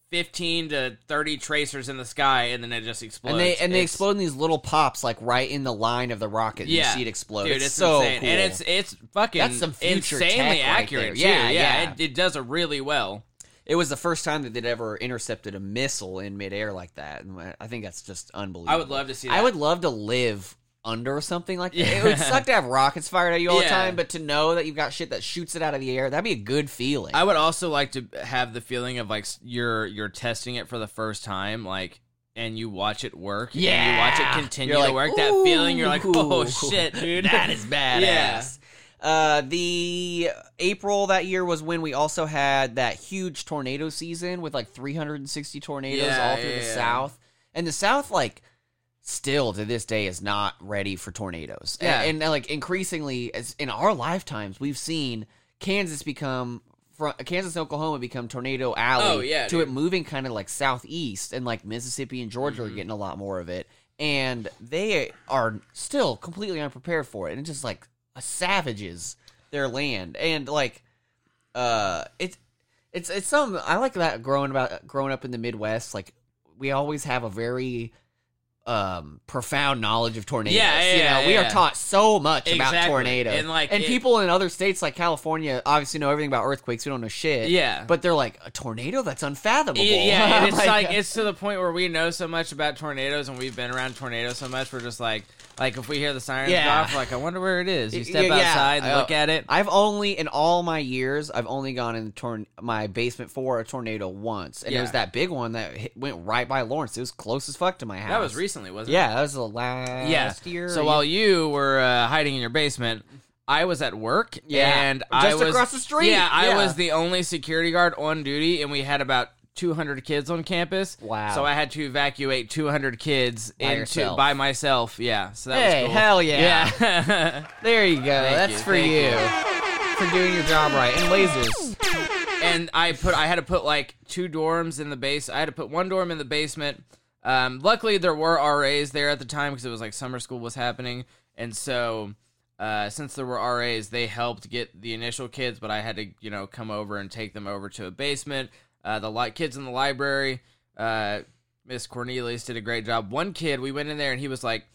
15 to 30 tracers in the sky and then it just explodes and they and they It's- explode in these little pops like right in the line of the rocket. You yeah. see it explode. Dude, it's, it's, so insane. cool. And it's it's fucking That's some future insanely tech right accurate. there. Yeah, too. yeah. It, it does it really well. it was the first time that they'd ever intercepted a missile in midair like that, and I- I think that's just unbelievable. I would love to see that. I would love to live under something like that. It Yeah. would suck to have rockets fired at you all Yeah. the time, but to know that you've got shit that shoots it out of the air, that'd be a good feeling. I would also like to have the feeling of like s- you're you're testing it for the first time, like and you watch it work. And you watch Yeah. it continue You're to like, work. That feeling you're like, oh "Ooh, shit, dude. that is badass. Yeah. Uh, the April that year was when we also had that huge tornado season with like 360 tornadoes Yeah, all through yeah, the yeah. South, and the South like still to this day is not ready for tornadoes. Yeah. and, and like increasingly as in our lifetimes we've seen Kansas become. fro- Kansas and Oklahoma become tornado alley Oh, yeah, to dude. it moving kind of like southeast and like Mississippi and Georgia Mm-hmm. are getting a lot more of it and they are still completely unprepared for it and it just like savages their land and like uh it's it's it's some I like that growing about growing up in the Midwest like we always have a very um profound knowledge of tornadoes Yeah, you yeah, know we are yeah. taught so much about Exactly. tornadoes And, like, and it- people in other states like California obviously know everything about earthquakes we don't know shit Yeah. but they're like a tornado that's unfathomable Yeah, yeah, and it's Like- like uh, it's to the point where we know so much about tornadoes and we've been around tornadoes so much. We're just like, like if we hear the sirens go Yeah. off, like I wonder where it is. You Y- step yeah, yeah. outside and Uh, look at it. I've only in all my years, I've only gone in torn my basement for a tornado once, and it Yeah. was that big one that hit, went right by Lawrence. It was close as fuck to my house. That was recently, wasn't it? Yeah, that was the uh, last year. So or while you were uh, hiding in your basement, I was at work. Yeah. and Just I was across the street. Yeah, I Yeah. was the only security guard on duty, and we had about. 200 kids on campus. Wow. So I had to evacuate 200 kids By into yourself. by myself. Yeah. So that Hey, was cool. hell yeah. Yeah. there you go. That's you, for thank you. you. for doing your job right and lasers. and I put I had to put like two dorms in the base. I had to put one dorm in the basement. Um, luckily, there were RAs there at the time because it was like summer school was happening, and so uh, since there were RAs, they helped get the initial kids. But I had to you know come over and take them over to a basement. Uh, the li- kids in the library. Uh, Miss Cornelius did a great job. One kid, we went in there and he was like,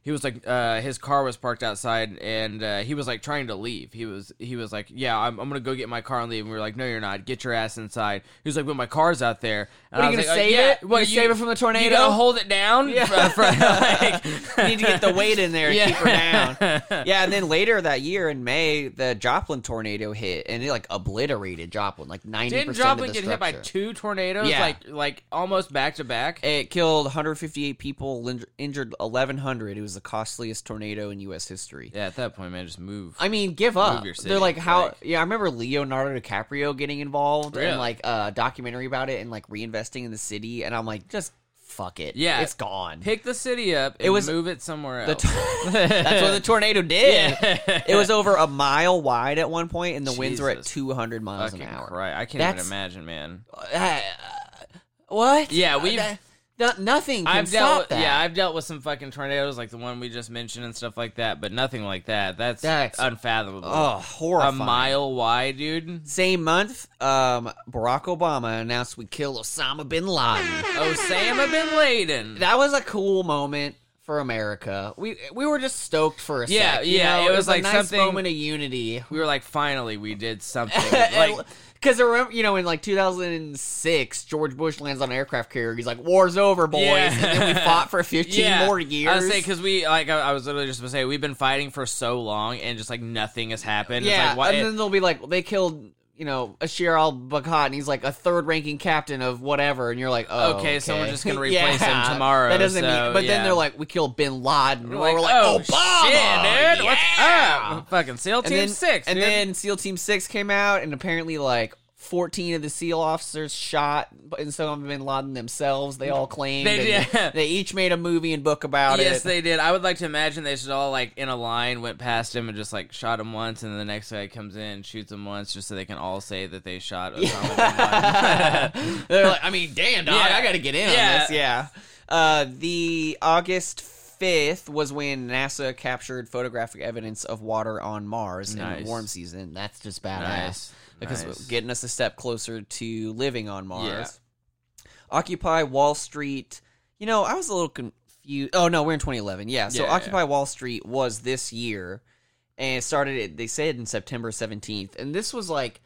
he was like, uh, his car was parked outside and uh, he was like trying to leave. He was, he was like, yeah, I'm, I'm gonna go get my car and leave. And we were like, no, you're not. Get your ass inside. He was like, but my car's out there. And What, I are you was like, gonna uh, "Oh, save yeah, it? You gonna save it from the You tornado? gotta hold it down. Yeah. You need to get the weight in there and Yeah. keep her down. Yeah, and then later that year in May, the Joplin tornado hit and it like obliterated Joplin, like ninety percent Didn't of the Joplin get hit by structure. two tornadoes? Yeah. Like, like almost back to back. It killed 158 people, lin- injured 1,100. It was the costliest tornado in U.S. history. Yeah, at that point, man, just move. I mean, give up. Move your city, They're like, how? like- yeah, I remember Leonardo DiCaprio getting involved Really? in like a documentary about it and like reinvesting in the city. And I'm like, just fuck it. Yeah. it's gone. Pick the city up. And was- move it somewhere The else. tor- That's what the tornado did. Yeah. It was over a mile wide at one point, and the winds were at Jesus. 200 miles Fucking an hour. Right, I can't That's- even imagine, man. Uh, what? Yeah, we've Uh, No, nothing can I've dealt, stop with- that. yeah, I've dealt with some fucking tornadoes like the one we just mentioned and stuff like that, but nothing like that. That's, That's- unfathomable. oh, a horrifying. mile wide, dude. Same month, um, Barack Obama announced we kill Osama bin Laden. Oh, Osama bin Laden. that was a cool moment for America. We we were just stoked for a Yeah, sec, you yeah, know? it was a like nice something- moment of unity. we were like, finally, we did something. like, Because remember, you know, in like 2006, George Bush lands on an aircraft carrier. He's like, "War's over, boys," Yeah. and then we fought for 15 yeah, more years. I was saying because we like, I, I was literally just gonna say we've been fighting for so long and just like nothing has happened. It's yeah, like, why, and then they'll be like, "They killed." You know, Ashir al Bakhat, and he's like a third ranking captain of whatever, and you're like, oh, Okay, so we're just gonna Yeah. replace him tomorrow, That doesn't so, mean, but yeah. then they're like, we killed Bin Laden. And We're we're like, oh, shit, dude, yeah!" what's up? Fucking SEAL And Team then, Six, and dude. then SEAL Team Six came out, and apparently, like fourteen of the SEAL officers shot, and some of Bin Laden themselves. They all claimed They and did. They each made a movie and book about yes, it. they did. I would like to imagine they should all like in a line went past him and just like shot him once, and then the next guy comes in shoots him once, just so they can all say that they shot Osama bin Laden. They're like, I mean, damn, dog, Yeah. I got to get in Yeah. on this. Yeah. Uh, the August 5th was when NASA captured photographic evidence of water on Mars in Nice. the warm season. That's just badass. Nice. Because Nice. getting us a step closer to living on Mars. Occupy Wall Street. You know, I was a little confused. Oh no, we're in 2011. Yeah, so Yeah, yeah, Occupy Wall Street was this year, and it started. it- They said in September 17th, and this was like,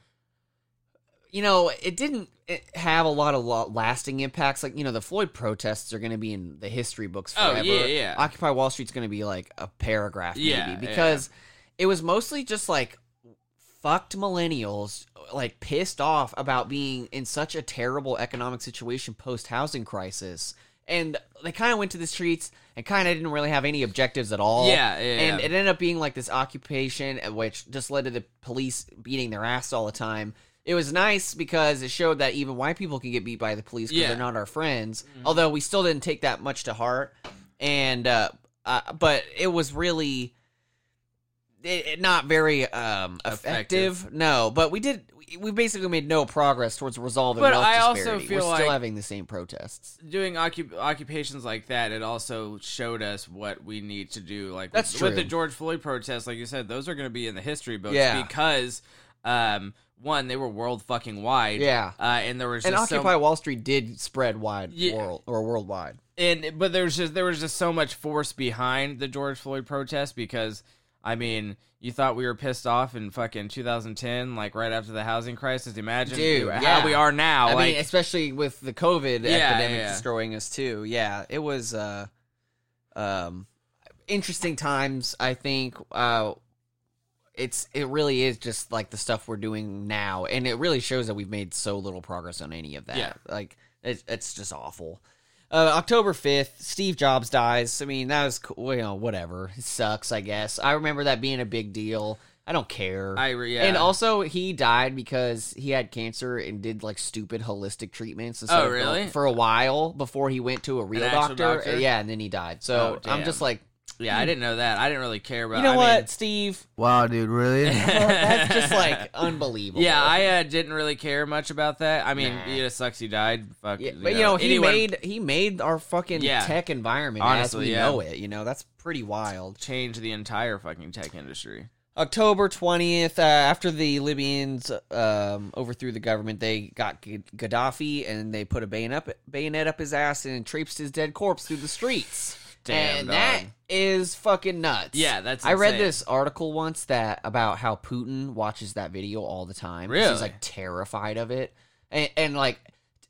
you know, it didn't it have a lot of lo- lasting impacts. Like, you know, the Floyd protests are going to be in the history books Oh, forever. yeah, yeah. Occupy Wall Street's going to be like a paragraph, maybe, Yeah, yeah. because it was mostly just like fucked millennials like pissed off about being in such a terrible economic situation post housing crisis and they kind of went to the streets and kind of didn't really have any objectives at all Yeah, yeah, and yeah. it ended up being like this occupation uh, which just led to the police beating their ass all the time it was nice because it showed that even white people can get beat by the police because Yeah. Mm-hmm. they're not our friends although we still didn't take that much to heart and uh, uh but it was really it, it not very um effective. No, but we did. we- We basically made no progress towards resolving. But wealth I also disparity. feel we're like- still having the same protests. doing occup- occupations like that, it also showed us what we need to do. Like That's with, true. with the George Floyd protests, like you said, those are going to be in the history books Yeah. because um, one, they were world fucking wide, Yeah. uh, and there was And just so- Occupy Wall Street did spread wide Yeah. world or worldwide. and but there's just there was just so much force behind the George Floyd protest because I mean you thought we were pissed off in fucking 2010 like right after the housing crisis imagine Dude, how yeah. we are now I like mean, especially with the COVID Yeah, yeah, epidemic yeah. destroying us too. Yeah, it was uh, um, interesting times. I think uh, it's it really is just like the stuff we're doing now, and it really shows that we've made so little progress on any of that. Yeah. like it's it's just awful. Uh, October fifth, Steve Jobs dies. I mean, that was cool. You know, whatever. It sucks, I guess. I remember that being a big deal. I don't care. I re- yeah. And also, he died because he had cancer and did like stupid holistic treatments. and Oh, stuff really? For a while before he went to a real actual doctor. doctor? Yeah, and then he died. So Oh, I'm damn. just like, yeah I didn't know that I didn't really care about you know I what, mean, Steve? Wow, dude, really? That's just like unbelievable. Yeah, I uh, didn't really care much about that. I mean, Nah. yeah, it sucks he died. Fuck, Yeah, but you know, he anyone made he made our fucking Yeah. tech environment as Honestly, we yeah. know it. You know, that's pretty wild. changed the entire fucking tech industry. October 20th, uh, after the Libyans um, overthrew the government, they got G- Gaddafi and they put a bayonet up, bayonet up his ass and traipsed his dead corpse through the streets. Damn, and dog. that is fucking nuts. Yeah, that's I read insane. this article once that about how Putin watches that video all the time. Really? He's like terrified of it. And, and like,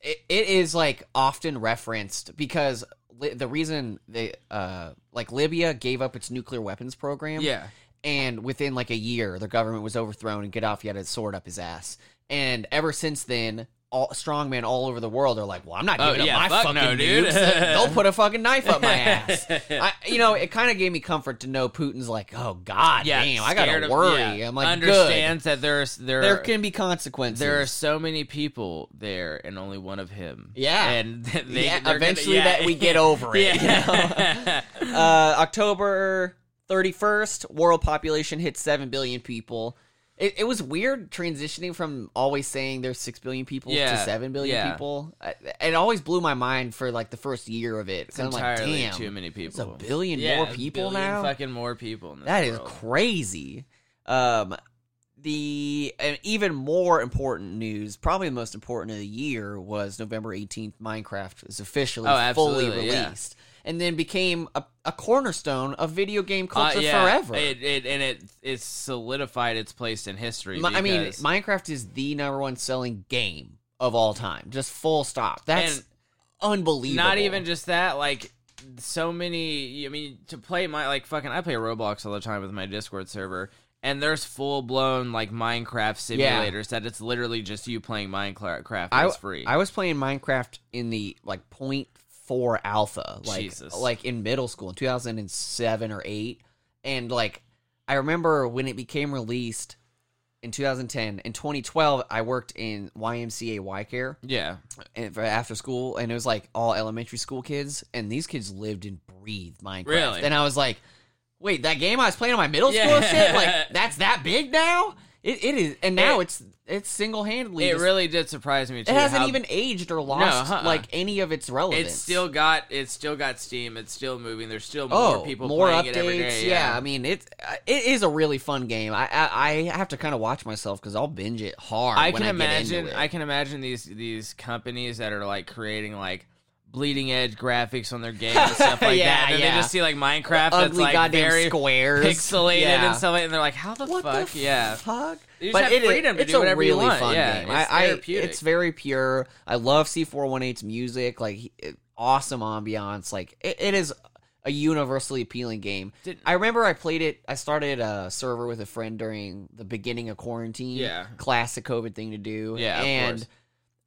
it, it is like often referenced because li- the reason they, uh, like Libya gave up its nuclear weapons program Yeah. and within like a year the government was overthrown and gaddafi had his sword up his ass and ever since then all strongmen all over the world are like well i'm not Oh, giving yeah, up my fuck fucking no, dude." nukes. they'll put a fucking knife up my ass I, you know it kind of gave me comfort to know putin's like oh god Yeah, damn i scared gotta of- worry yeah, i'm like good. understands that there's there there can be consequences there are so many people there and only one of him. Yeah. and they they're yeah, gonna- eventually yeah. that we get over it you know? Yeah. uh, October 31st, world population hits 7 billion people. It, it was weird transitioning from always saying there's six billion people to Yeah, seven billion yeah. people. I, it always blew my mind for like the first year of it. 'cause I'm like, entirely damn, too many people. it's a billion Yeah, more a people billion now. Fucking more people. In this That is world. crazy. Um, the and even more important news, probably the most important of the year, was November eighteenth. Minecraft is officially Oh, absolutely, fully yeah. released, and then became a, a cornerstone of video game Uh, culture yeah, forever. It, it and it it's solidified its place in history. Mi- I mean, because- Minecraft is the number one selling game of all time. Just full stop. That's And unbelievable. Not even just that, like so many. I mean, to play my like fucking, I play Roblox all the time with my Discord server, and there's full blown like Minecraft Yeah. simulators that it's literally just you playing Minecraft. I, It's free. I was playing Minecraft in the like point four alpha, like Jesus. like in middle school in two thousand and seven or eight, and like I remember when it became released in 2010 in 2012 i worked in ymca y care yeah, and for after school and it was like all elementary school kids and these kids lived and breathed minecraft Really? and i was like wait that game i was playing on my middle school Yeah. shit like that's that big now it, it is and now It- it's it's single-handedly it just- really did surprise me. Too, it hasn't how- even aged or lost uh-uh. like any of its relevance It's still got. It's still got Steam. It's still moving. There's still oh more people more playing updates it every day. yeah. i mean it's uh, it is a really fun game i i, I have to kind of watch myself because i'll binge it hard I when can I get into imagine. it. I can imagine these these companies that are like creating like bleeding edge graphics on their game and stuff like Yeah, that. And then yeah. they just see like Minecraft that's ugly like goddamn very squares pixelated Yeah. and stuff, like, and they're like, "How the What fuck?" the yeah. fuck? You just have it- freedom to it's do a whatever really you want. Fun Yeah, game. it's I, I, therapeutic. it's very pure. I love C418's music. Like he- it- awesome ambiance. Like it, it is a universally appealing game. Did- I remember I played it. I started a server with a friend during the beginning of quarantine. Yeah. classic COVID thing to do. Yeah, of and. course.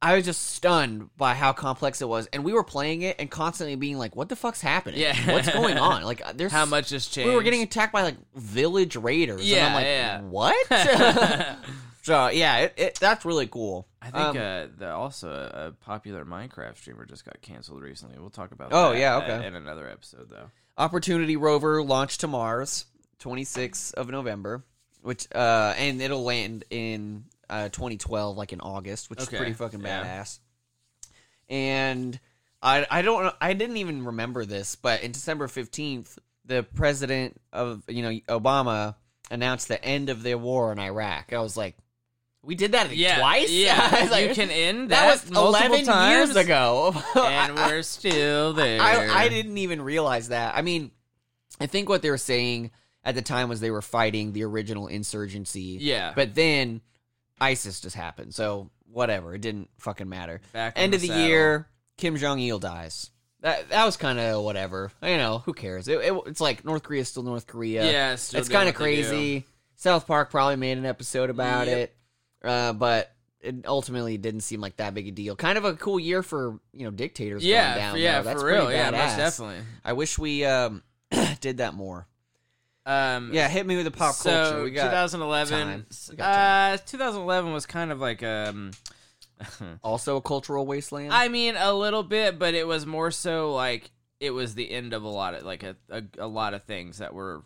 I was just stunned by how complex it was, and we were playing it and constantly being like, "What the fuck's happening? Yeah. what's going on? Like, there's How much has changed? we were getting attacked by like village raiders. Yeah, yeah. and I'm like, what? so yeah, it, it, that's really cool. I think Um, uh, the, also a, a popular Minecraft streamer just got canceled recently. We'll talk about. Oh, that, yeah, uh, okay. in another episode though. Opportunity Rover launched to Mars, 26th of November, which uh, and it'll land in uh, 2012, like in August, which Okay, is pretty fucking yeah. badass. And I I don't I didn't even remember this, but in December 15th, the president of you know Obama announced the end of the war in Iraq. I was like. We did that Yeah, twice. Yeah, I was like, you can end that was multiple 11 times years ago. and we're still there. I, I didn't even realize that. I mean, I think what they were saying at the time was they were fighting the original insurgency. Yeah. But then ISIS just happened. So whatever. It didn't fucking matter. Back on End the of the saddle. year, Kim Jong il dies. That, that was kind of whatever. You know, who cares? It, it- it's like North Korea's still North Korea. Yeah, still it's doing kind of what they do. crazy. South Park probably made an episode about Yep. it, uh, but it ultimately didn't seem like that big a deal. Kind of a cool year for you know dictators. Yeah, going down, for, yeah, though. That's for real. pretty Yeah, badass. most definitely. I wish we um, did that more. Um, Yeah, hit me with the pop so culture. We got 2011. time. We got time. Uh, 2011 was kind of like um, also a cultural wasteland. I mean, a little bit, but it was more so like it was the end of a lot of like a a, a lot of things that were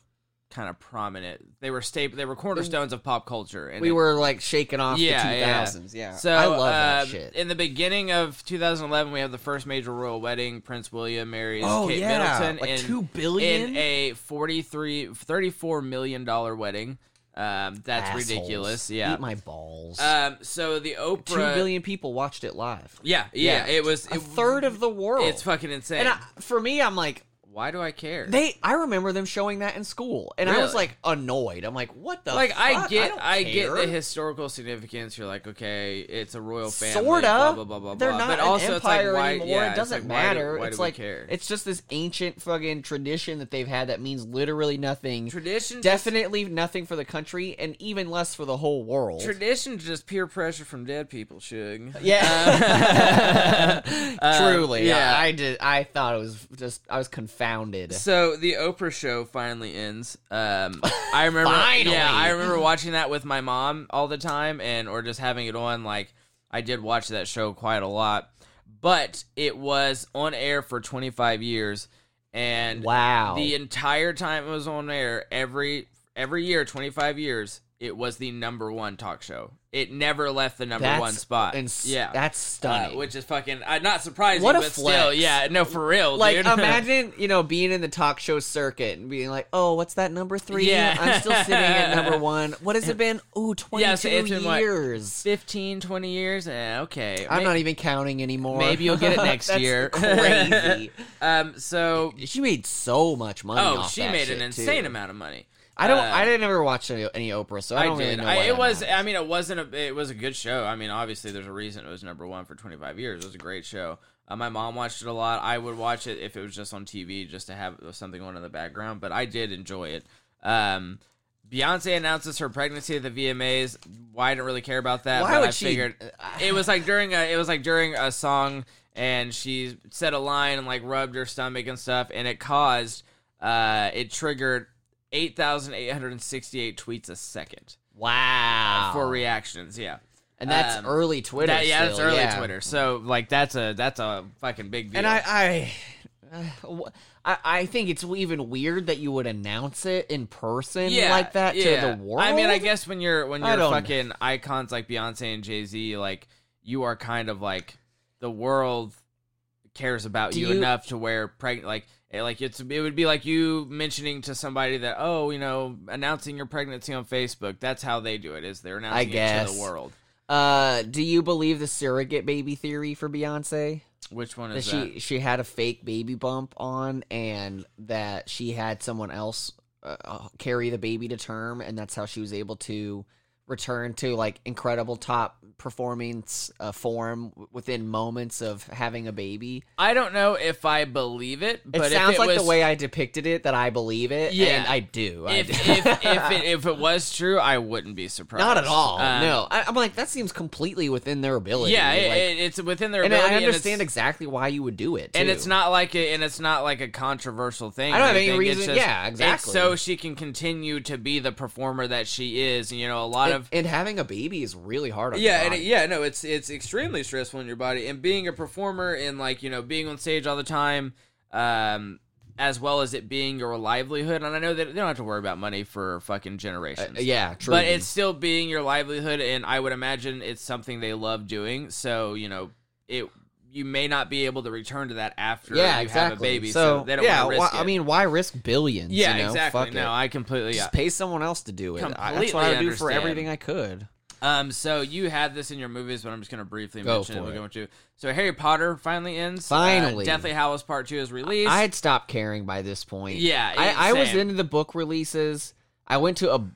kind of prominent. They were staple. They were cornerstones of pop culture. And we it- were like shaking off Yeah, the yeah. 2000s. Yeah, So I love um, that shit. In the beginning of 2011, we have the first major royal wedding. Prince William marries Oh, Kate yeah. Middleton Like in two billion? in a 43 34 million dollar wedding. Um, that's Assholes. ridiculous. Yeah. eat my balls. um, so the Oprah Two billion people watched it live. Yeah, yeah, It was a it- third of the world. It's fucking insane. And I, for me, I'm like, Why do I care? They, I remember them showing that in school, and I was Really? like annoyed. I'm like, what the? like I fuck? get, don't I, get the care. historical significance. You're like, okay, it's a royal family, Sorta. blah blah blah blah. They're blah. not but an also, empire it's like, why, anymore. Yeah, it it's doesn't like, why do- matter. why do it's we like care? it's just this ancient fucking tradition that they've had that means literally nothing. tradition. just- Definitely nothing for the country, and even less for the whole world. Tradition's just peer pressure from dead people, Shug. yeah, truly. uh, yeah. Yeah, I, I did. I thought it was just. I was confounded. So the Oprah show finally ends. Um, I remember, Finally! yeah, I remember watching that with my mom all the time, and or just having it on. Like I did watch that show quite a lot, but it was on air for 25 years, and Wow. the entire time it was on air, every every year, 25 years, it was the number one talk show. It never left the number one spot. ins- yeah, that's Uh, stunning. which is fucking uh, not surprising. What a but still, flex. yeah, no, for real, like dude. imagine you know being in the talk show circuit and being like, oh, what's that number three? Yeah. I'm still sitting at number one. What has it been? Ooh, 22 Yeah, so it's been, what, years. 15, 20 years. Eh, okay, I'm May- not even counting anymore. Maybe you'll get it next That's year. Crazy. Um, so She made so much e-, money. oh, off she that made shit, an insane too. amount of money. I don't. Uh, I didn't ever watch any, any Oprah, so I don't really did. know. I- why it that was. matters. I mean, it wasn't a. It was a good show. I mean, obviously, there's a reason it was number one for 25 years. It was a great show. Uh, my mom watched it a lot. I would watch it if it was just on TV, just to have something on in the background. But I did enjoy it. Um, Beyonce announces her pregnancy at the VMAs. Why I didn't really care about that. Why but would I she- figured it was like during a. It was like during a song, and she said a line and like rubbed her stomach and stuff, and it caused. Uh, it triggered. 8,868 tweets a second wow. for reactions. Yeah, and that's um, early Twitter. that, yeah, that's still, early yeah. Twitter. So like that's a that's a fucking big deal. And I, I, uh, I, I think it's even weird that you would announce it in person like that yeah. to the world. I mean, I guess when you're when I you're don't- fucking icons like Beyonce and Jay Z, like you are kind of like the world cares about Do you, you- enough to where pregnant like. eh, Like it's it would be like you mentioning to somebody that oh you know announcing your pregnancy on Facebook that's how they do it is they're announcing it to guess. the world Uh, do you believe the surrogate baby theory for Beyonce? which one That is that she she had a fake baby bump on, and that she had someone else uh, uh, carry the baby to term, and that's how she was able to return to like incredible top performance uh, form w- within moments of having a baby. I don't know if I believe it It but if sounds it like was, the way I depicted it that I believe it. Yeah. and I do. I if, do. if, if, it, if it was true, I wouldn't be surprised. Not at all. Um, no, I, I'm like that seems completely within their ability. Yeah, it, like, it- it's within their and ability. I understand and it's, exactly why you would do it. and too. it's not like a, and it's not like a controversial thing. I don't or have any anything. It's reason- just- yeah, it's exactly. so she can continue to be the performer that she is. And, you know, a lot And, of and having a baby is really hard on yeah, your and it, body. yeah, no, it's it's extremely stressful on your body, and being a performer and like you know being on stage all the time, um, as well as it being your livelihood. And I know that they don't have to worry about money for fucking generations. Uh, yeah, true. But it's still being your livelihood, and I would imagine it's something they love doing. So you know, it you may not be able to return to that after yeah, you exactly. have a baby. So, so, they don't yeah, want to why, risk it. I mean, why risk billions? yeah, you know? exactly. Fuck no, it. I completely just pay someone else to do it. I, that's what Completely I would do for understand. everything I could. Um, so you have this in your movies, but I'm just going to briefly Go mention it. for We're it. going to. So Harry Potter finally ends. Finally. uh, Deathly Hallows Part Two is released. I had stopped caring by this point. Yeah, I, I was same. into the book releases. I went to a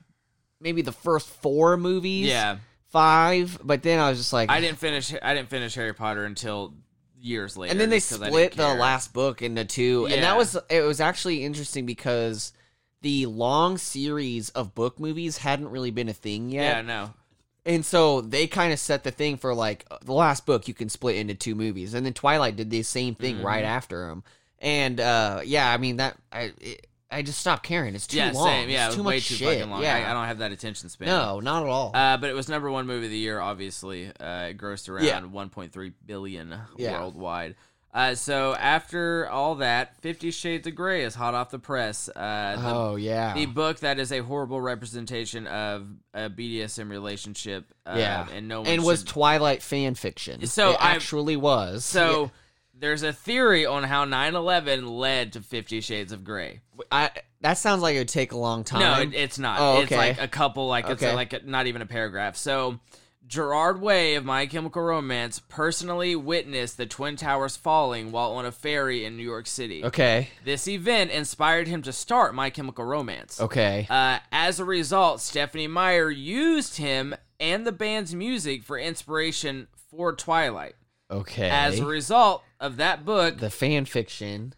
maybe the first four movies. yeah, five, but then I was just like, I didn't finish. I didn't finish Harry Potter until years later. And then they just 'cause I split didn't the care. last book into two, and Yeah. that was it was actually interesting because the long series of book movies hadn't really been a thing yet. Yeah, no. And so they kind of set the thing for like uh, the last book you can split into two movies, and then Twilight did the same thing right Mm-hmm. after them. And uh, yeah, I mean that I it, I just stopped caring. It's too yeah, long. same. Yeah, it's it too was way much too shit. fucking long. Yeah, I, I don't have that attention span. no, not at all. Uh, but it was number one movie of the year, obviously. Uh, it grossed around Yeah. 1.3 billion Yeah. worldwide. Uh, so after all that, Fifty Shades of Grey is hot off the press. Uh, the oh yeah, the book that is a horrible representation of a BDSM relationship. Uh, yeah. and no one and was should- Twilight fan fiction. So it I- actually was so. There's a theory on how 9/11 led to Fifty Shades of Grey. I that sounds like it would take a long time. No, it, it's not. Oh, It's okay. like a couple, like it's Okay. like a, not even a paragraph. So, Gerard Way of My Chemical Romance personally witnessed the Twin Towers falling while on a ferry in New York City. okay, This event inspired him to start My Chemical Romance. okay. Uh, as a result, Stephanie Meyer used him and the band's music for inspiration for Twilight. Okay. As a result of that book, the fan fiction.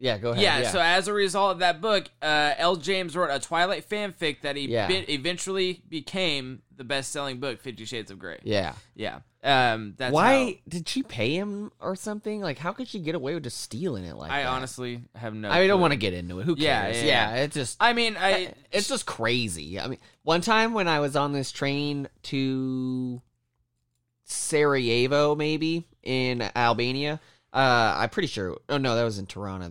Yeah, go ahead. yeah, Yeah. so as a result of that book, uh, L. James wrote a Twilight fanfic that he Yeah. be- eventually became the best-selling book, Fifty Shades of Grey. yeah. Yeah, um, that's Why did she pay him or something? Like, how could she get away with just stealing it like how- I that? honestly have no. I don't clue. want to get into it. Who Yeah, cares? yeah, Yeah, yeah. it just. I mean, I it's just crazy. I mean, one time when I was on this train to Sarajevo, maybe in Albania, uh, I'm pretty sure. Oh no, that was in Tirana,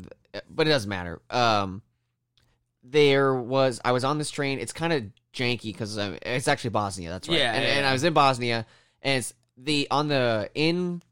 but it doesn't matter. Um, there was I was on this train. It's kind of janky because it's actually Bosnia. That's right. Yeah, and, yeah, and yeah. I was in Bosnia, and it's the on the in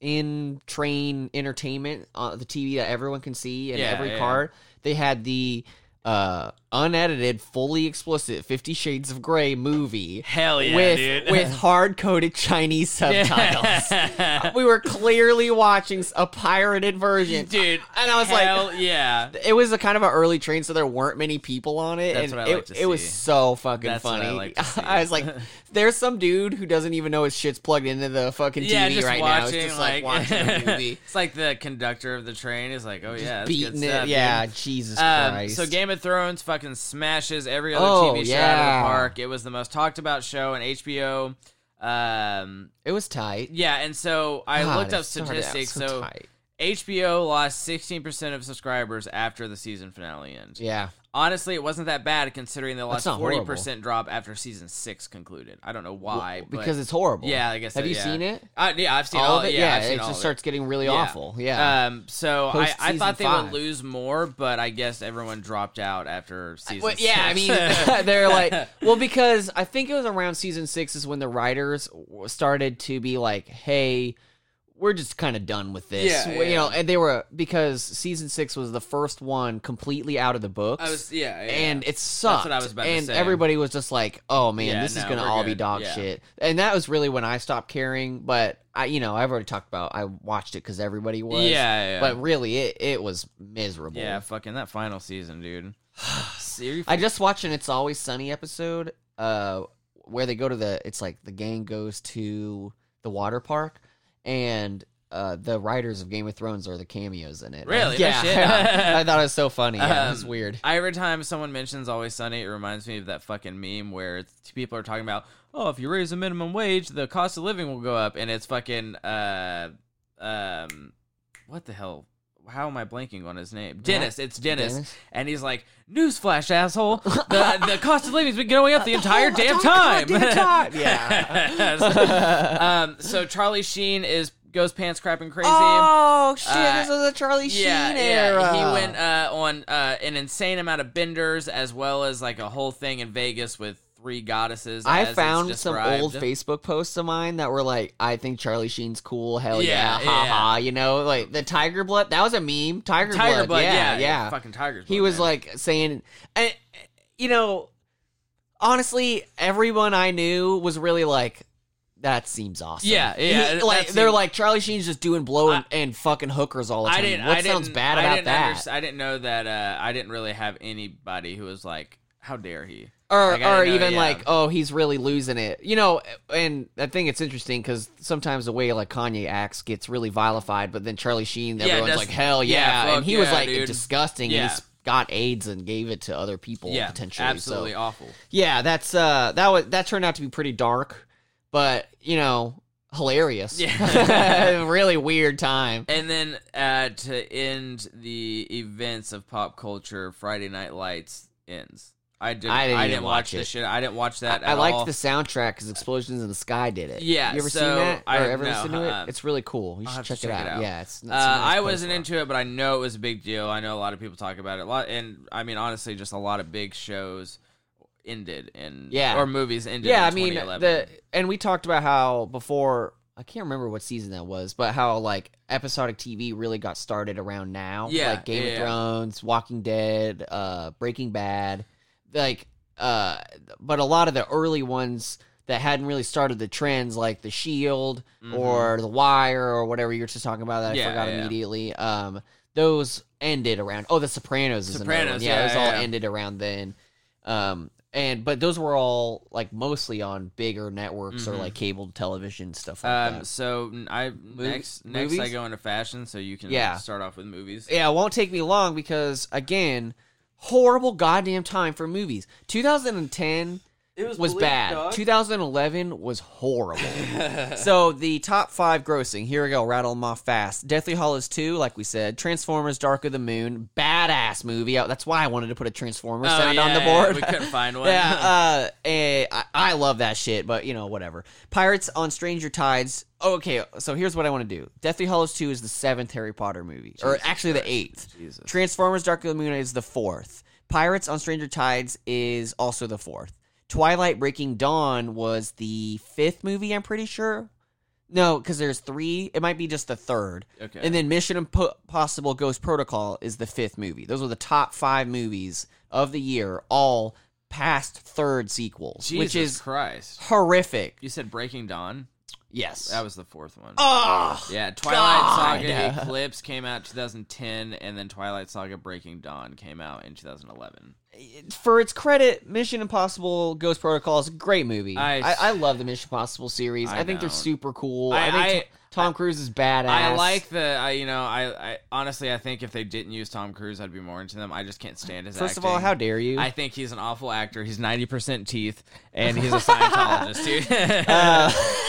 in train entertainment on the TV that everyone can see in Yeah, every yeah. car. They had the uh unedited, fully explicit Fifty Shades of Grey movie. Hell yeah, with dude. with hard coded Chinese subtitles. Yeah. we were clearly watching a pirated version, dude. And I was like, hell yeah. it was a kind of an early train, so there weren't many people on it. That's and what I it, like to it was see. so fucking That's what I funny. like to see. was like, there's some dude who doesn't even know his shit's plugged into the fucking yeah, TV just right now. watching It's just like, like, watching a movie, it's like the conductor of the train is like, oh yeah, that's good beating it. stuff, dude. yeah, Jesus Um, Christ. so Game of Thrones fucking smashes every other Oh, TV show out yeah. of the park. It was the most talked about show on HBO. Um, it was tight. yeah, and so I God, looked it up started out statistics. So, tight. HBO lost 16% of subscribers after the season finale ends. yeah, Honestly, it wasn't that bad considering they lost not 40% horrible. drop after season 6 concluded. I don't know why, but because it's horrible. Yeah, I guess Have so, you yeah. seen it? I, yeah, I've seen All, all, of it. Yeah, Yeah, I've seen it all of just starts getting really Yeah. awful. Yeah. Um, so I, I Post-season thought they would five. lose more, but I guess everyone dropped out after season. Well, yeah, I six. mean, they're like, well, because I think it was around season six is when the writers w- started to be like, hey, we're just kind of done with this, Yeah, Well, you yeah. know, and they were because season six was the first one completely out of the books. I was yeah, yeah, And yeah. it sucked. what I was about to and say. everybody was just like, "Oh man, Yeah, this is no, gonna we're all be good. dog Yeah. shit." And that was really when I stopped caring. But I, you know, I've already talked about I watched it because everybody was. yeah, yeah, But really, it it was miserable. yeah, fucking that final season, dude. Seriously, I just watched an It's Always Sunny episode uh where they go to the it's like the gang goes to the water park and uh the writers of Game of Thrones are the cameos in it. Really? No Yeah. shit. yeah. I thought it was so funny. Yeah, it was Um, weird. I- every time someone mentions Always Sunny, it reminds me of that fucking meme where it's, people are talking about, oh, if you raise the minimum wage, the cost of living will go up, and it's fucking, uh, um, what the hell? How am I blanking on his name? Dennis. It's Dennis, Dennis? and he's like, "Newsflash, asshole! The the cost of living's been going up the entire Oh, damn time." Goddamn time. yeah. um. So Charlie Sheen is goes pants crapping crazy. Oh shit, Uh, this was a Charlie Sheen Yeah, era. yeah. He went uh, on uh, an insane amount of benders, as well as like a whole thing in Vegas with three goddesses. I as it's found some described. old Facebook posts of mine that were like, "I think Charlie Sheen's cool, hell yeah, Yeah, haha." yeah. You know, like the tiger blood. That was a meme. Tiger, tiger blood. yeah, yeah, fucking tiger's. he blood, was man. like saying, I, you know, honestly, everyone I knew was really like, that seems awesome. Yeah, yeah, that like they're seemed- like Charlie Sheen's just doing blow and, I- and fucking hookers all the time. I didn't. what I sounds didn't- bad I about didn't that? underst- I didn't know that. Uh, I didn't really have anybody who was like, "How dare he?" or Like, I or didn't know, even yeah. like oh he's really losing it you know and i think it's interesting because sometimes the way like kanye acts gets really vilified but then charlie sheen everyone's that's- like hell yeah, yeah, fuck and he was yeah, like dude. disgusting Yeah. and he's got aids and gave it to other people Yeah, potentially absolutely so awful. yeah that's uh that was that turned out to be pretty dark but you know hilarious Yeah. really weird time And then uh, to end the events of pop culture, Friday Night Lights ends. I didn't. I didn't, even watch, watch the it. shit. I didn't watch that. I at liked all. the soundtrack because Explosions in the Sky did it. Yeah, you ever so seen that or I- ever no, listened to it? uh-uh. it's really cool. You I'll should have to check, it, out. Yeah, it's. it's a Uh, nice I post wasn't rock. into it, but I know it was a big deal. I know a lot of people talk about it a lot, and I mean, honestly, just a lot of big shows ended and Yeah. or movies ended. Yeah, in I mean 2011. the and we talked about how before I can't remember what season that was, but how like episodic TV really got started around now. Yeah, like Game yeah, of yeah. Thrones, Walking Dead, uh, Breaking Bad, like uh, but a lot of the early ones that hadn't really started the trends like The Shield or The Wire or whatever you're just talking about that I Mm-hmm. Yeah, forgot yeah. immediately. Um, those ended around. Oh, The Sopranos is another one. Sopranos, Yeah, yeah, it was yeah, all yeah. ended around then. Um, and but those were all like mostly on bigger networks or like cable television stuff like um, that. so n- I next next I movies? go into fashion, so you can Yeah. start off with movies. Yeah, it won't take me long because again, horrible goddamn time for movies. 2010 was, bad. 2011 was horrible. so the top five grossing. Here we go. Rattle them off fast. Deathly Hollows 2, like we said. Transformers: Dark of the Moon, badass movie. Oh, That's why I wanted to put a Transformers Oh, sound on yeah, the yeah, board. we couldn't find one. yeah, uh, eh, I, I love that shit, but you know, whatever. Pirates on Stranger Tides. Okay, so here's what I want to do. Deathly Hollows 2 is the seventh Harry Potter movie, or actually the eighth. Transformers Dark of the Moon is the fourth. Pirates on Stranger Tides is also the fourth. Twilight Breaking Dawn was the fifth movie, I'm pretty sure. No, because there's three. It might be just the third. Okay. And then Mission Impossible Ghost Protocol is the fifth movie. Those were the top five movies of the year, all past third sequels, Jesus which is Christ. horrific. You said Breaking Dawn. Yes. That was the fourth one. Ugh. yeah, Twilight Oh, God. Saga Eclipse came out 2010, and then Twilight Saga Breaking Dawn came out in 2011. for its credit, Mission Impossible Ghost Protocol is a great movie. I- I, I, love the Mission Impossible series. I I, think don't. they're super cool. I- I, think I- T- Tom Cruise is badass. I like the, I you know, I, I honestly, I think if they didn't use Tom Cruise, I'd be more into them. I just can't stand his. First of all, acting. how dare you? I think he's an awful actor. He's 90% teeth, and he's a Scientologist, dude.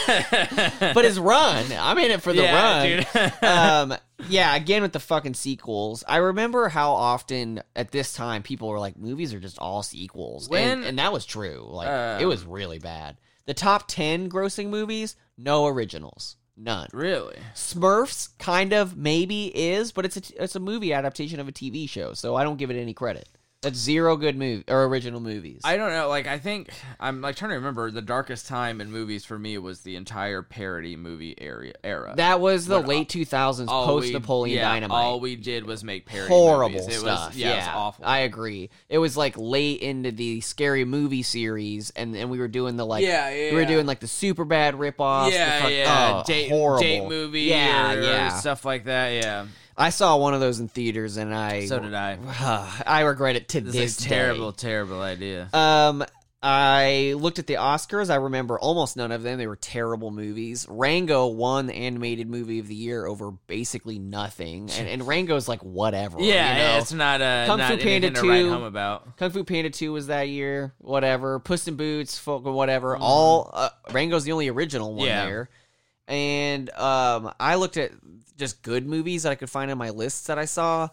but his run, I'm in it for the yeah, run. dude. um, yeah, again with the fucking sequels. I remember how often at this time people were like, movies are just all sequels, When- and, and that was true. Like Uh, it was really bad. The top ten grossing movies, no originals, none. really? Smurfs kind of maybe is, but it's a it's a movie adaptation of a TV show, so I don't give it any credit. That's zero good movie or original movies. I don't know. Like, I think I'm like trying to remember the darkest time in movies for me was the entire parody movie area era. that was the late two thousands All we- post Napoleon yeah, Dynamite. All we did was make parody Horrible movies. It stuff. Was, yeah, yeah, it was awful. I agree. It was like late into the scary movie series, and and we were doing the like Yeah, yeah, we were yeah. doing like the super bad ripoffs. yeah, the fuck- yeah, oh, date, horrible date movie, Yeah, or yeah. stuff like that. Yeah, I saw one of those in theaters, and I so did I. I regret it to This, this, is a day. terrible, terrible idea. Um, I looked at the Oscars. I remember almost none of them. They were terrible movies. Rango won the animated movie of the year over basically nothing, and, and Rango's like whatever. you yeah, know? it's not a Kung not Fu Panda anything to write 2. home about. Kung Fu Panda Two was that year. Whatever, Puss in Boots, fuck, whatever. All uh, Rango's the only original one Yeah. there. And um, I looked at just good movies that I could find on my lists that I saw.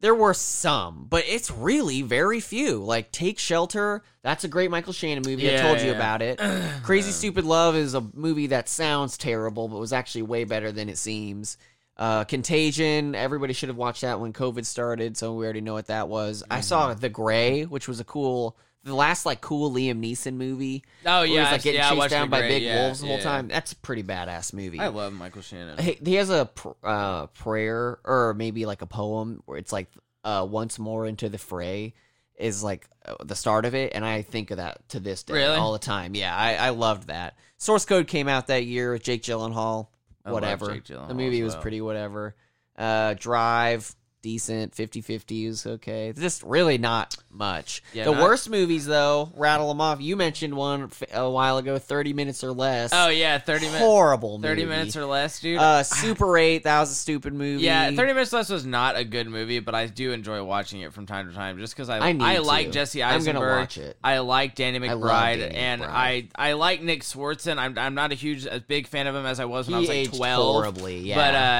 There were some, but it's really very few. Like Take Shelter, that's a great Michael Shannon movie. I Yeah, told you yeah. about it. Crazy Stupid Love is a movie that sounds terrible, but was actually way better than it seems. Uh, Contagion, everybody should have watched that when COVID started, so we already know what that was. Mm-hmm. I saw The Gray, which was a cool, the last like cool Liam Neeson movie. Oh where yeah, he's like getting yeah, I chased watched down The by Great, big yeah, wolves the whole yeah. time. That's a pretty badass movie. I love Michael Shannon. he, he has a pr- uh, prayer or maybe like a poem where it's like uh, once more into the fray is like uh, the start of it and i think of that to this day Really? all the time yeah I, I loved that source code came out that year with jake gyllenhaal love whatever Jake Gyllenhaal the movie as was well. pretty whatever uh, drive decent 50-50 is okay just really not much Yeah, the not- worst movies though rattle them off you mentioned one f- a while ago 30 minutes or less Oh yeah, thirty minutes. horrible Thirty movie. minutes or less, dude. Uh, Super Eight, that was a stupid movie. yeah, Thirty Minutes Less was not a good movie, but I do enjoy watching it from time to time, just because I I need I to. like Jesse I'm Eisenberg. gonna watch it. I like Danny I love McBride, Danny and McBride. I I like Nick Swartzen. I'm I'm not a huge a big fan of him as I was when I He was like aged twelve. horribly, yeah.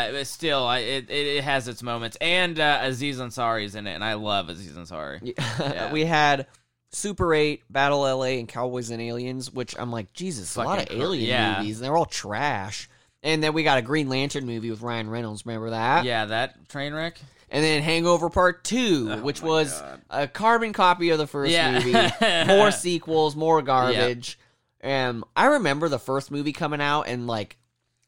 But uh, but still, I, it, it it has its moments, and uh, Aziz Ansari's in it, and I love Aziz Ansari. Yeah. we had Super Eight, Battle LA, and Cowboys and Aliens, which I'm like, Jesus, a lot of Fucking cr- alien yeah. movies, and they're all trash. And then we got a Green Lantern movie with Ryan Reynolds. Remember that? Yeah, that train wreck. And then Hangover Part Two, which Oh my was God. a carbon copy of the first Yeah. movie. more sequels, more garbage. And I remember the first movie coming out and like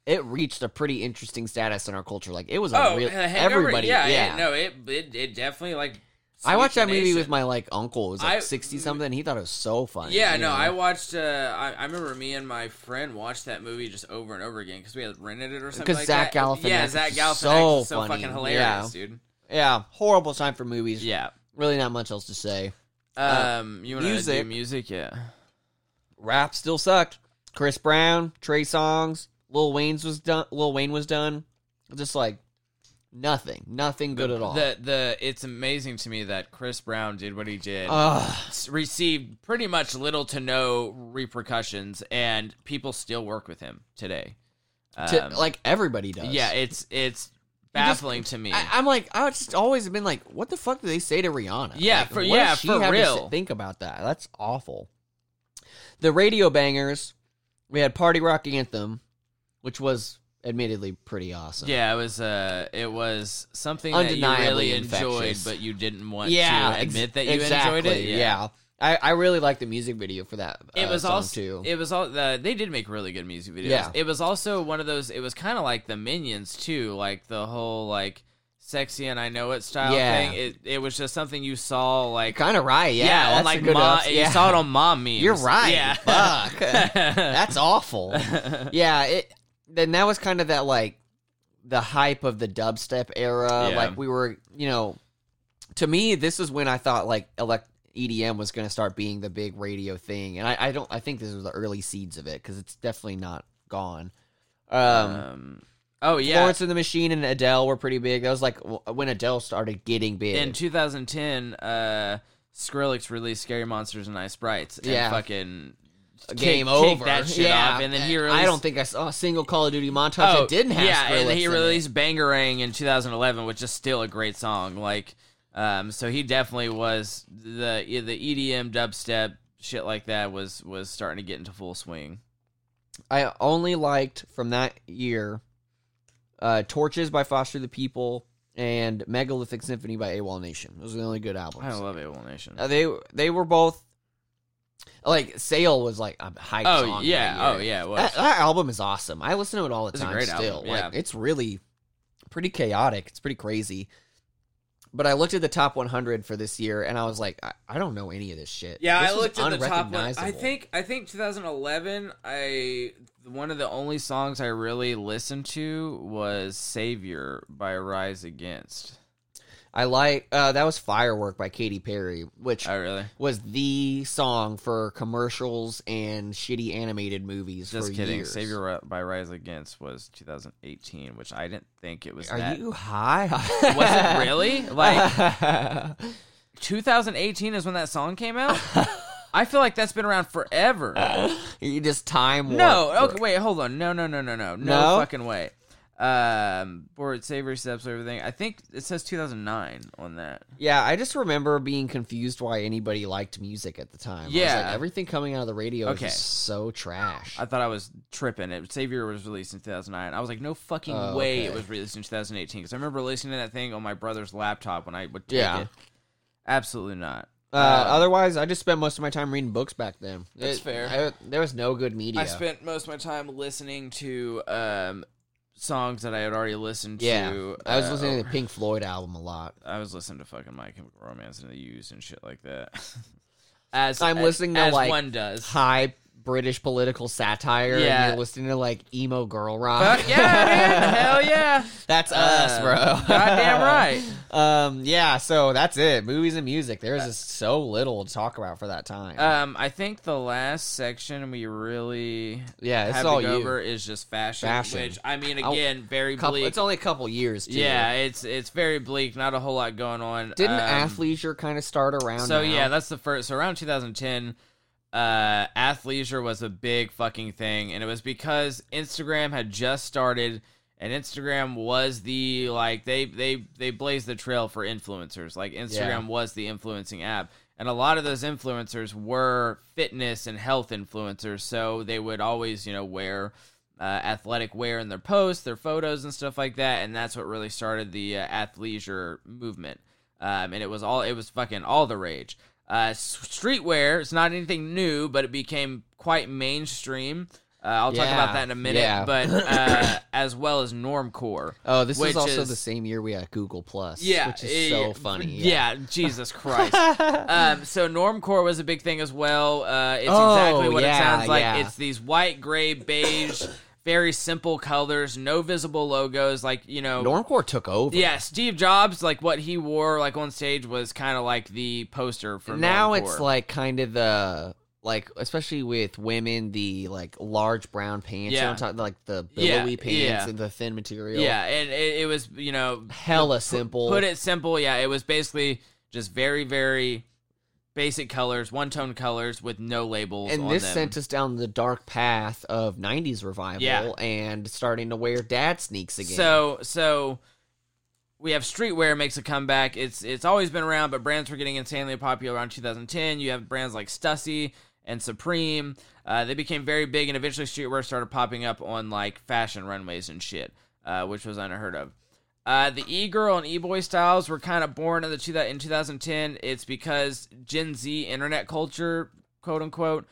it reached a pretty interesting status in our culture. Like it was a Oh, real uh, Hangover, everybody. Yeah, yeah. It, no, it, it it definitely like. I watched that movie nation. with my like uncle. It was I- like sixty something. He thought it was so funny. Yeah, no, I I watched. Uh, I, I remember me and my friend watched that movie just over and over again because we had rented it or something. 'Cause like Zach that. Galifianakis Yeah, is Zach Galifianakis so is so funny. fucking hilarious, dude. yeah, horrible time for movies. Yeah. really not much else to say. Um, you want to do Uh, music. music? Yeah. Rap still sucked. Chris Brown, Trey Songs, Lil Wayne's was done. Lil Wayne was done. Just like nothing, nothing good at all. The the it's amazing to me that Chris Brown did what he did, Ugh. s- received pretty much little to no repercussions, and people still work with him today. To- Um, like everybody does. yeah, it's it's You just- baffling to me. I, I'm like I've just always been like, what the fuck do they say to Rihanna? Yeah, Like, for- what yeah, does she for have to real. sit- think about that. That's awful. The radio bangers, we had Party Rock Anthem, which was admittedly pretty awesome. Yeah, it was. Uh, it was something that you Undeniably really enjoyed, infectious. but you didn't want yeah, to ex- admit that you enjoyed it. exactly, Yeah, I, I really like the music video for that. It uh, was song also too. it was all uh, they did make really good music videos. Yeah. It was also one of those. It was kind of like the Minions too, like the whole like sexy and I know it style Yeah. thing. It it was just something you saw like kind of right. Yeah, on, that's a like good mom, ups- you yeah. saw it on mom memes. You're right. Yeah. Fuck. That's awful. yeah. It. Then that was kind of that like the hype of the dubstep era. Yeah. Like we were, you know, to me, this is when I thought like elect EDM was going to start being the big radio thing, and I, I don't. I think this was the early seeds of it because it's definitely not gone. Um, um, oh yeah. Florence and the Machine and Adele were pretty big. That was like w- when Adele started getting big. in 2010, uh, Skrillex released Scary Monsters and Ice Sprites. And Yeah. Fucking kick- Game kick over. that shit yeah, off, and then he released. Oh, I don't think I saw a single Call of Duty montage that didn't have. yeah, and Skrillex then he in it. released Bangarang in 2011, which is still a great song. Like, um, so he definitely was the the EDM dubstep shit like that was was starting to get into full swing. I only liked from that year uh, Torches by Foster the People and Megalithic Symphony by AWOL Nation. Those are the only good albums. I love AWOL Nation. Uh, they they were both like Sale was like a high oh yeah, oh yeah, it was. That, that album is awesome. I listen to it all the It's a time great still. album, Like yeah. it's really pretty chaotic. It's pretty crazy. But I looked at the top 100 for this year and I was like, I, I don't know any of this shit. Yeah, This I is looked at the top one. I unrecognizable. think I think 2011. I one of the only songs I really listened to was "Savior" by Rise Against. I like uh that was Firework by Katy Perry, which Oh, really? was the song for commercials and shitty animated movies Just for kidding. years. "Savior" Ri- by Rise Against was 2018, which I didn't think it was. Are that. you high? Was it really? Like like 2018 is when that song came out. I feel like that's been around forever. you just time warped No, through okay, wait, hold on. No, no, no, no, no, no, No? fucking way. Um, board saver steps, everything. I think it says 2009 on that. Yeah, I just remember being confused why anybody liked music at the time. I was Yeah. like, everything coming out of the radio Okay. is just so trash. I thought I was tripping. It Savior was released in 2009. I was like, no fucking Oh, way okay. it was released in 2018 because I remember listening to that thing on my brother's laptop when I would take Yeah. it. Absolutely not. uh, otherwise, I just spent most of my time reading books back then. That's fair. I- there was no good media. I spent most of my time listening to um songs that I had already listened yeah, to. I was uh, listening to the Pink Floyd album a lot. I was listening to fucking My Chemical Romance and the Used and shit like that. as I'm as- listening to, as like, one does. High British political satire. Yeah. and you're listening to like emo girl rock. Fuck yeah, man! Hell yeah! that's us, Uh, bro. Goddamn right. Um, yeah. So that's it. Movies and music. Uh, There's just so little to talk about for that time. Um, I think the last section we really yeah, it's have all to you. go over is just fashion, Fashion. which I mean, I'll- again, very Couple- bleak. it's only a couple years. Too. yeah, it's it's very bleak. Not a whole lot going on. Um, Didn't athleisure kind of start around? So now? yeah, that's the first. So around 2010, uh, athleisure was a big fucking thing, and it was because Instagram had just started, and Instagram was the like they they they blazed the trail for influencers. Like Instagram was the influencing app. And a lot of those influencers were fitness and health influencers, so they would always, you know, wear uh, athletic wear in their posts, their photos, and stuff like that. And that's what really started the uh, athleisure movement. Um, and it was all it was fucking all the rage. Uh, s- streetwear, it's not anything new, but it became quite mainstream. Uh, I'll talk about Yeah, that in a minute, yeah. but uh, as well as normcore. Oh, this which is also is- the same year we had Google Plus. Yeah, which is yeah, so yeah. funny. Yeah, Jesus Christ. um, so normcore was a big thing as well. Uh, it's Oh, exactly what it yeah, sounds like. yeah. It's these white, gray, beige, very simple colors, no visible logos. Like you know, Normcore took over. yeah, Steve Jobs. Like what he wore, like on stage, was kind of like the poster for. now normcore. it's like kind of the like, especially with women, the like large brown pants. Yeah. You know what I'm talking like the Yeah, billowy pants yeah. and the thin material. yeah, and it, it was you know hella simple. put it simple, yeah, it was basically just very, very basic colors, one tone colors with no labels. and on this them. sent us down the dark path of '90s revival Yeah. and starting to wear dad sneaks again. So so we have streetwear makes a comeback. It's it's always been around, but brands were getting insanely popular around 2010. You have brands like Stussy and Supreme. Uh, Uh, they became very big, and eventually streetwear started popping up on like fashion runways and shit, uh, which was unheard of. Uh, the e-girl and e-boy styles were kind of born in the two, in 2010. It's because Gen Z internet culture, quote unquote,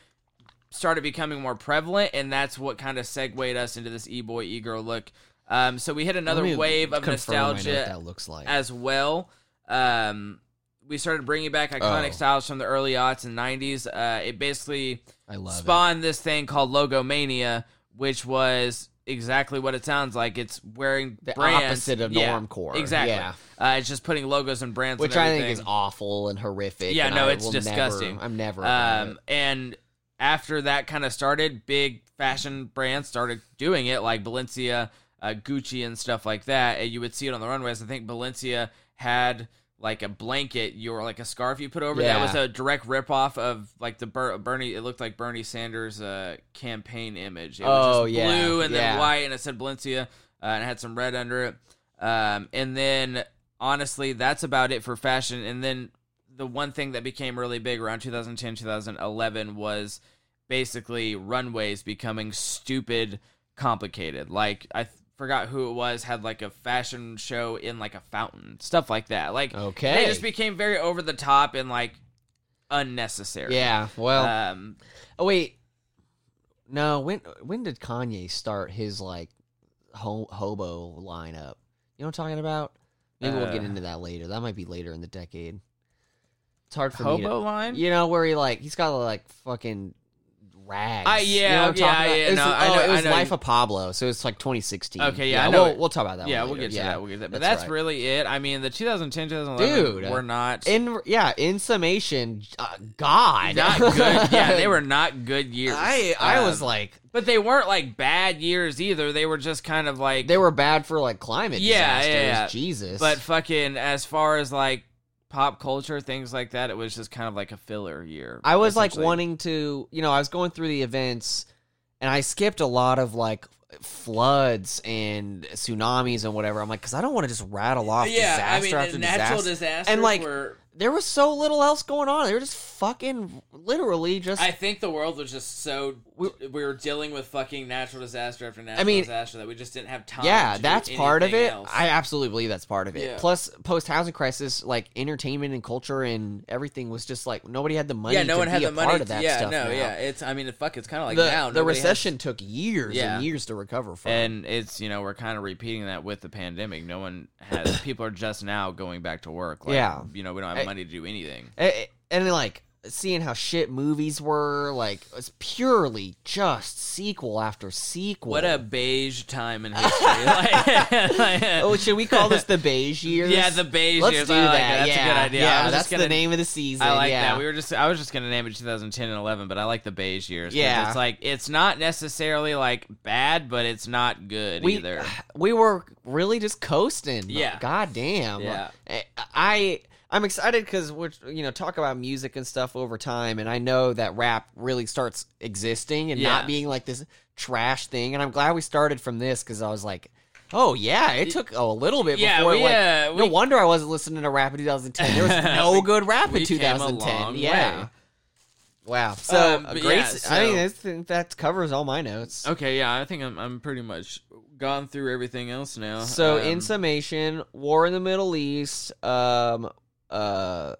started becoming more prevalent, and that's what kind of segued us into this e-boy e-girl look. Um, so we hit another Let me wave of confirm I know what nostalgia that looks like. as well. Um, we started bringing back iconic Oh. styles from the early aughts and 90s. Uh, it basically I love spawned this thing called logomania, which was exactly what it sounds like. It's wearing The brands. opposite of Yeah, normcore. Exactly. Yeah. Uh, it's just putting logos and brands, it, which and I think everything. is awful and horrific. Yeah, and no, I it's will never- disgusting. I'm never. about Um, it. and after that kind of started, big fashion brands started doing it, like Balenciaga, uh, Gucci, and stuff like that. And you would see it on the runways. I think Balenciaga had like a blanket, you or like a scarf you put over. That Yeah. was a direct ripoff of like the Ber- Bernie. It looked like Bernie Sanders' uh, campaign image. It was Oh, just yeah, blue and then yeah. white, and it said Balenciaga, uh, and it had some red under it. Um, and then honestly, that's about it for fashion. And then the one thing that became really big around 2010 2011 was basically runways becoming stupid complicated like i th- forgot who it was had like a fashion show in like a fountain stuff like that like Okay. they just became very over the top and like unnecessary Yeah. Well. um oh wait. No. When when did Kanye start his like ho- hobo lineup? You know what I'm talking about? Maybe we'll get Uh. into that later. That might be later in the decade. It's hard for me. to- hobo line You know where he like he's got like fucking rags. I- You know yeah, what I'm talking yeah, about? yeah, It was- no, I oh, know- it was I know Life you- of Pablo, so it's like 2016. Okay, yeah, I know We'll, it- we'll talk about that. yeah one we'll later. get to yeah. that we'll get to that but that's, That's right. really it i mean the 2010 2011 Dude. were not In yeah, in summation, uh, God, not good yeah they were not good years I I was Um, like, But they weren't like bad years either. They were just kind of like they were bad for like climate. Yeah, yeah, disasters. yeah. Jesus. But fucking as far as like pop culture things like that, it was just kind of like a filler year. I was like essentially. wanting to, you know, I was going through the events and I skipped a lot of like floods and tsunamis and whatever. I'm like, because I don't want to just rattle off disaster after disaster. disasters and, like, were. there was so little else going on. They were just fucking literally just. I, think the world was just so we, were dealing with fucking natural disaster after natural mean- disaster that we just didn't have time. yeah, that's part of it. I absolutely believe that's part of it. Yeah. Plus, post housing crisis, like entertainment and culture and everything was just like nobody had the money. yeah, no to one be had a the part money. of that yeah, stuff. no, now. yeah. It's I mean, fuck, it's kind of like the, now the nobody has- recession took years Yeah. and years to recover from. and it's you know we're kind of repeating that with the pandemic no one has people are just now going back to work like, Yeah. you know we don't have I- money to do anything and, and then, like seeing how shit movies were like it's purely just sequel after sequel what a beige time in history like, oh should we call this the beige years yeah the beige let's years, do I like that it. that's yeah. a good idea I was yeah just that's gonna- the name of the season I like yeah. that. We were just I was just gonna name it 2010 and 11, but I like the beige years. 'cause Yeah. it's like it's not necessarily like bad, but it's not good we, either. we were really just coasting. Yeah. God damn. Yeah. I I'm excited because we're you know talk about music and stuff over time, and I know that rap really starts existing and Yeah. not being like this trash thing. And I'm glad we started from this because I was like. Oh yeah, it took a little bit Yeah, before. we, like, uh, no we- wonder I wasn't listening to rap in 2010. There was no We- good rap we in came a 2010. long yeah, way. wow. So Um, a but great. yeah, s- I mean, so- I think that covers all my notes. Okay, yeah, I think I'm I'm pretty much gone through everything else now. So Um, in summation, war in the Middle East, um uh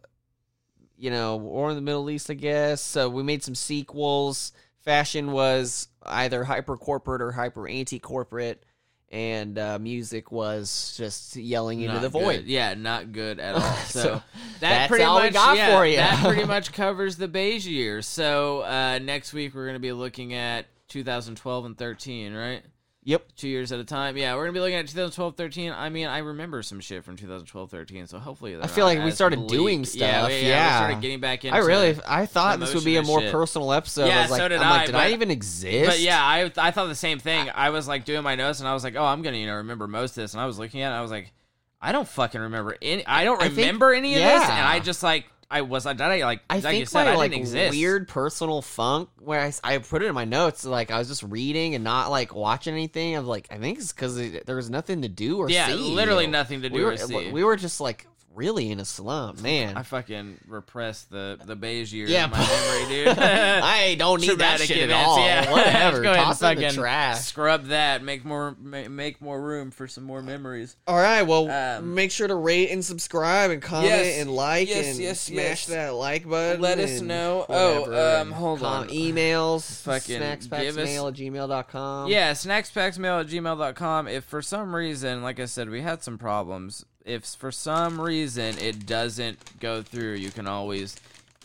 you know, war in the Middle East, I guess. So we made some sequels. Fashion was either hyper corporate or hyper anti corporate and uh, music was just yelling into Not the good. void. Yeah, not good at all. So, So, that that's pretty all we much got yeah, for ya. that pretty much covers the beige year. So uh, next week we're going to be looking at 2012 and 13, right? Yep. Two years at a time. Yeah, we're going to be looking at 2012, 13. I mean, I remember some shit from 2012, 13. So hopefully, they're I feel not like we as started bleak. doing Yeah, stuff, we, we yeah. started getting back into. I really it. I thought this would be a emotion more and shit. personal episode. Yeah, I was like, so did I'm like, I, did but- I even exist? But yeah, I I thought the same thing. I was like doing my notes, and I was like, oh, I'm gonna you know remember most of this. And I was looking at, it, and I was like, I don't fucking remember any. I don't I think- remember any of this. And yeah. I just like I was I did I like I like think you said my I like didn't exist. weird personal funk where I, s- I put it in my notes like I was just reading and not like watching anything. I'm like I think it's because there was nothing to do or Yeah, see. literally nothing to do we were, or see. We were just like really in a slump, man. I fucking repressed the the beige year Yeah, in my memory, dude. I don't need that Traumatic shit at events, all. yeah. Whatever. Let's go ahead Toss and it in the fucking trash. Scrub that. Make more. ma- Make more room for some more memories. All right. Well, Um, make sure to rate and subscribe and comment Yes, and like yes, and yes, smash yes. that like button. Let us and know. Oh, whatever, um, and hold com- on. Emails. Fucking give us- snackspacksmail at gmail.com. Yeah, snackspacksmail at gmail.com. If for some reason, like I said, we had some problems, if for some reason it doesn't go through, you can always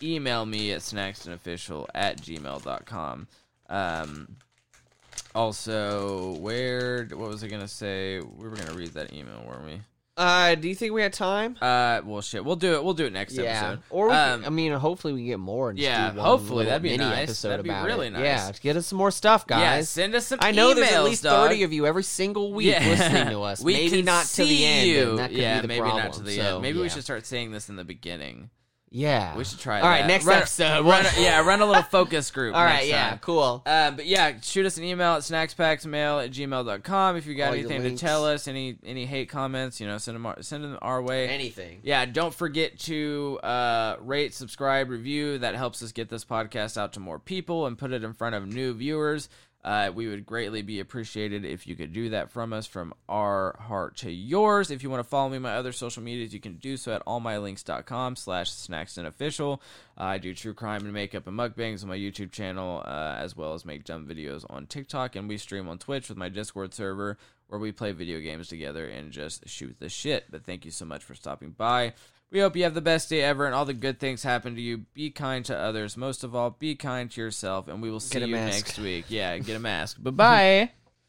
email me at snacksandofficial at gmail.com. Um, also, where, what was I going to say? We were going to read that email, weren't we? Uh, do you think we had time? Uh, well, shit, we'll do it. We'll do it next episode. Or we, um, I mean, hopefully we can get more. And just yeah, do one hopefully, little that'd be mini nice. Episode That'd be about really it. nice. Yeah, get us some more stuff, guys. yeah, send us some I know emails, there's at least dog. thirty of you every single week Yeah. listening to us. We maybe can not to the see end. You. and that could yeah, be the maybe problem. not to the So, end. Maybe we yeah. should start saying this in the beginning. Yeah, We should try. All that. right, next run, episode. Run, yeah, run a little focus group. All right, next yeah, time. cool. Uh, but yeah, shoot us an email at snackspacksmail at gmail.com if you got All your anything to links. tell us, any any hate comments, you know, send them our, send them our way. Anything. yeah, don't forget to uh, rate, subscribe, review. That helps us get this podcast out to more people and put it in front of new viewers. Uh, we would greatly be appreciated if you could do that from us, from our heart to yours. If you want to follow me on my other social medias, you can do so at allmylinks.com slash snacks and official. Uh, I do true crime and makeup and mukbangs on my YouTube channel, uh, as well as make dumb videos on TikTok, and we stream on Twitch with my Discord server where we play video games together and just shoot the shit. But thank you so much for stopping by. We hope you have the best day ever and all the good things happen to you. Be kind to others. Most of all, be kind to yourself. And we will see Get a you mask. next week. Yeah, get a mask. Bye bye.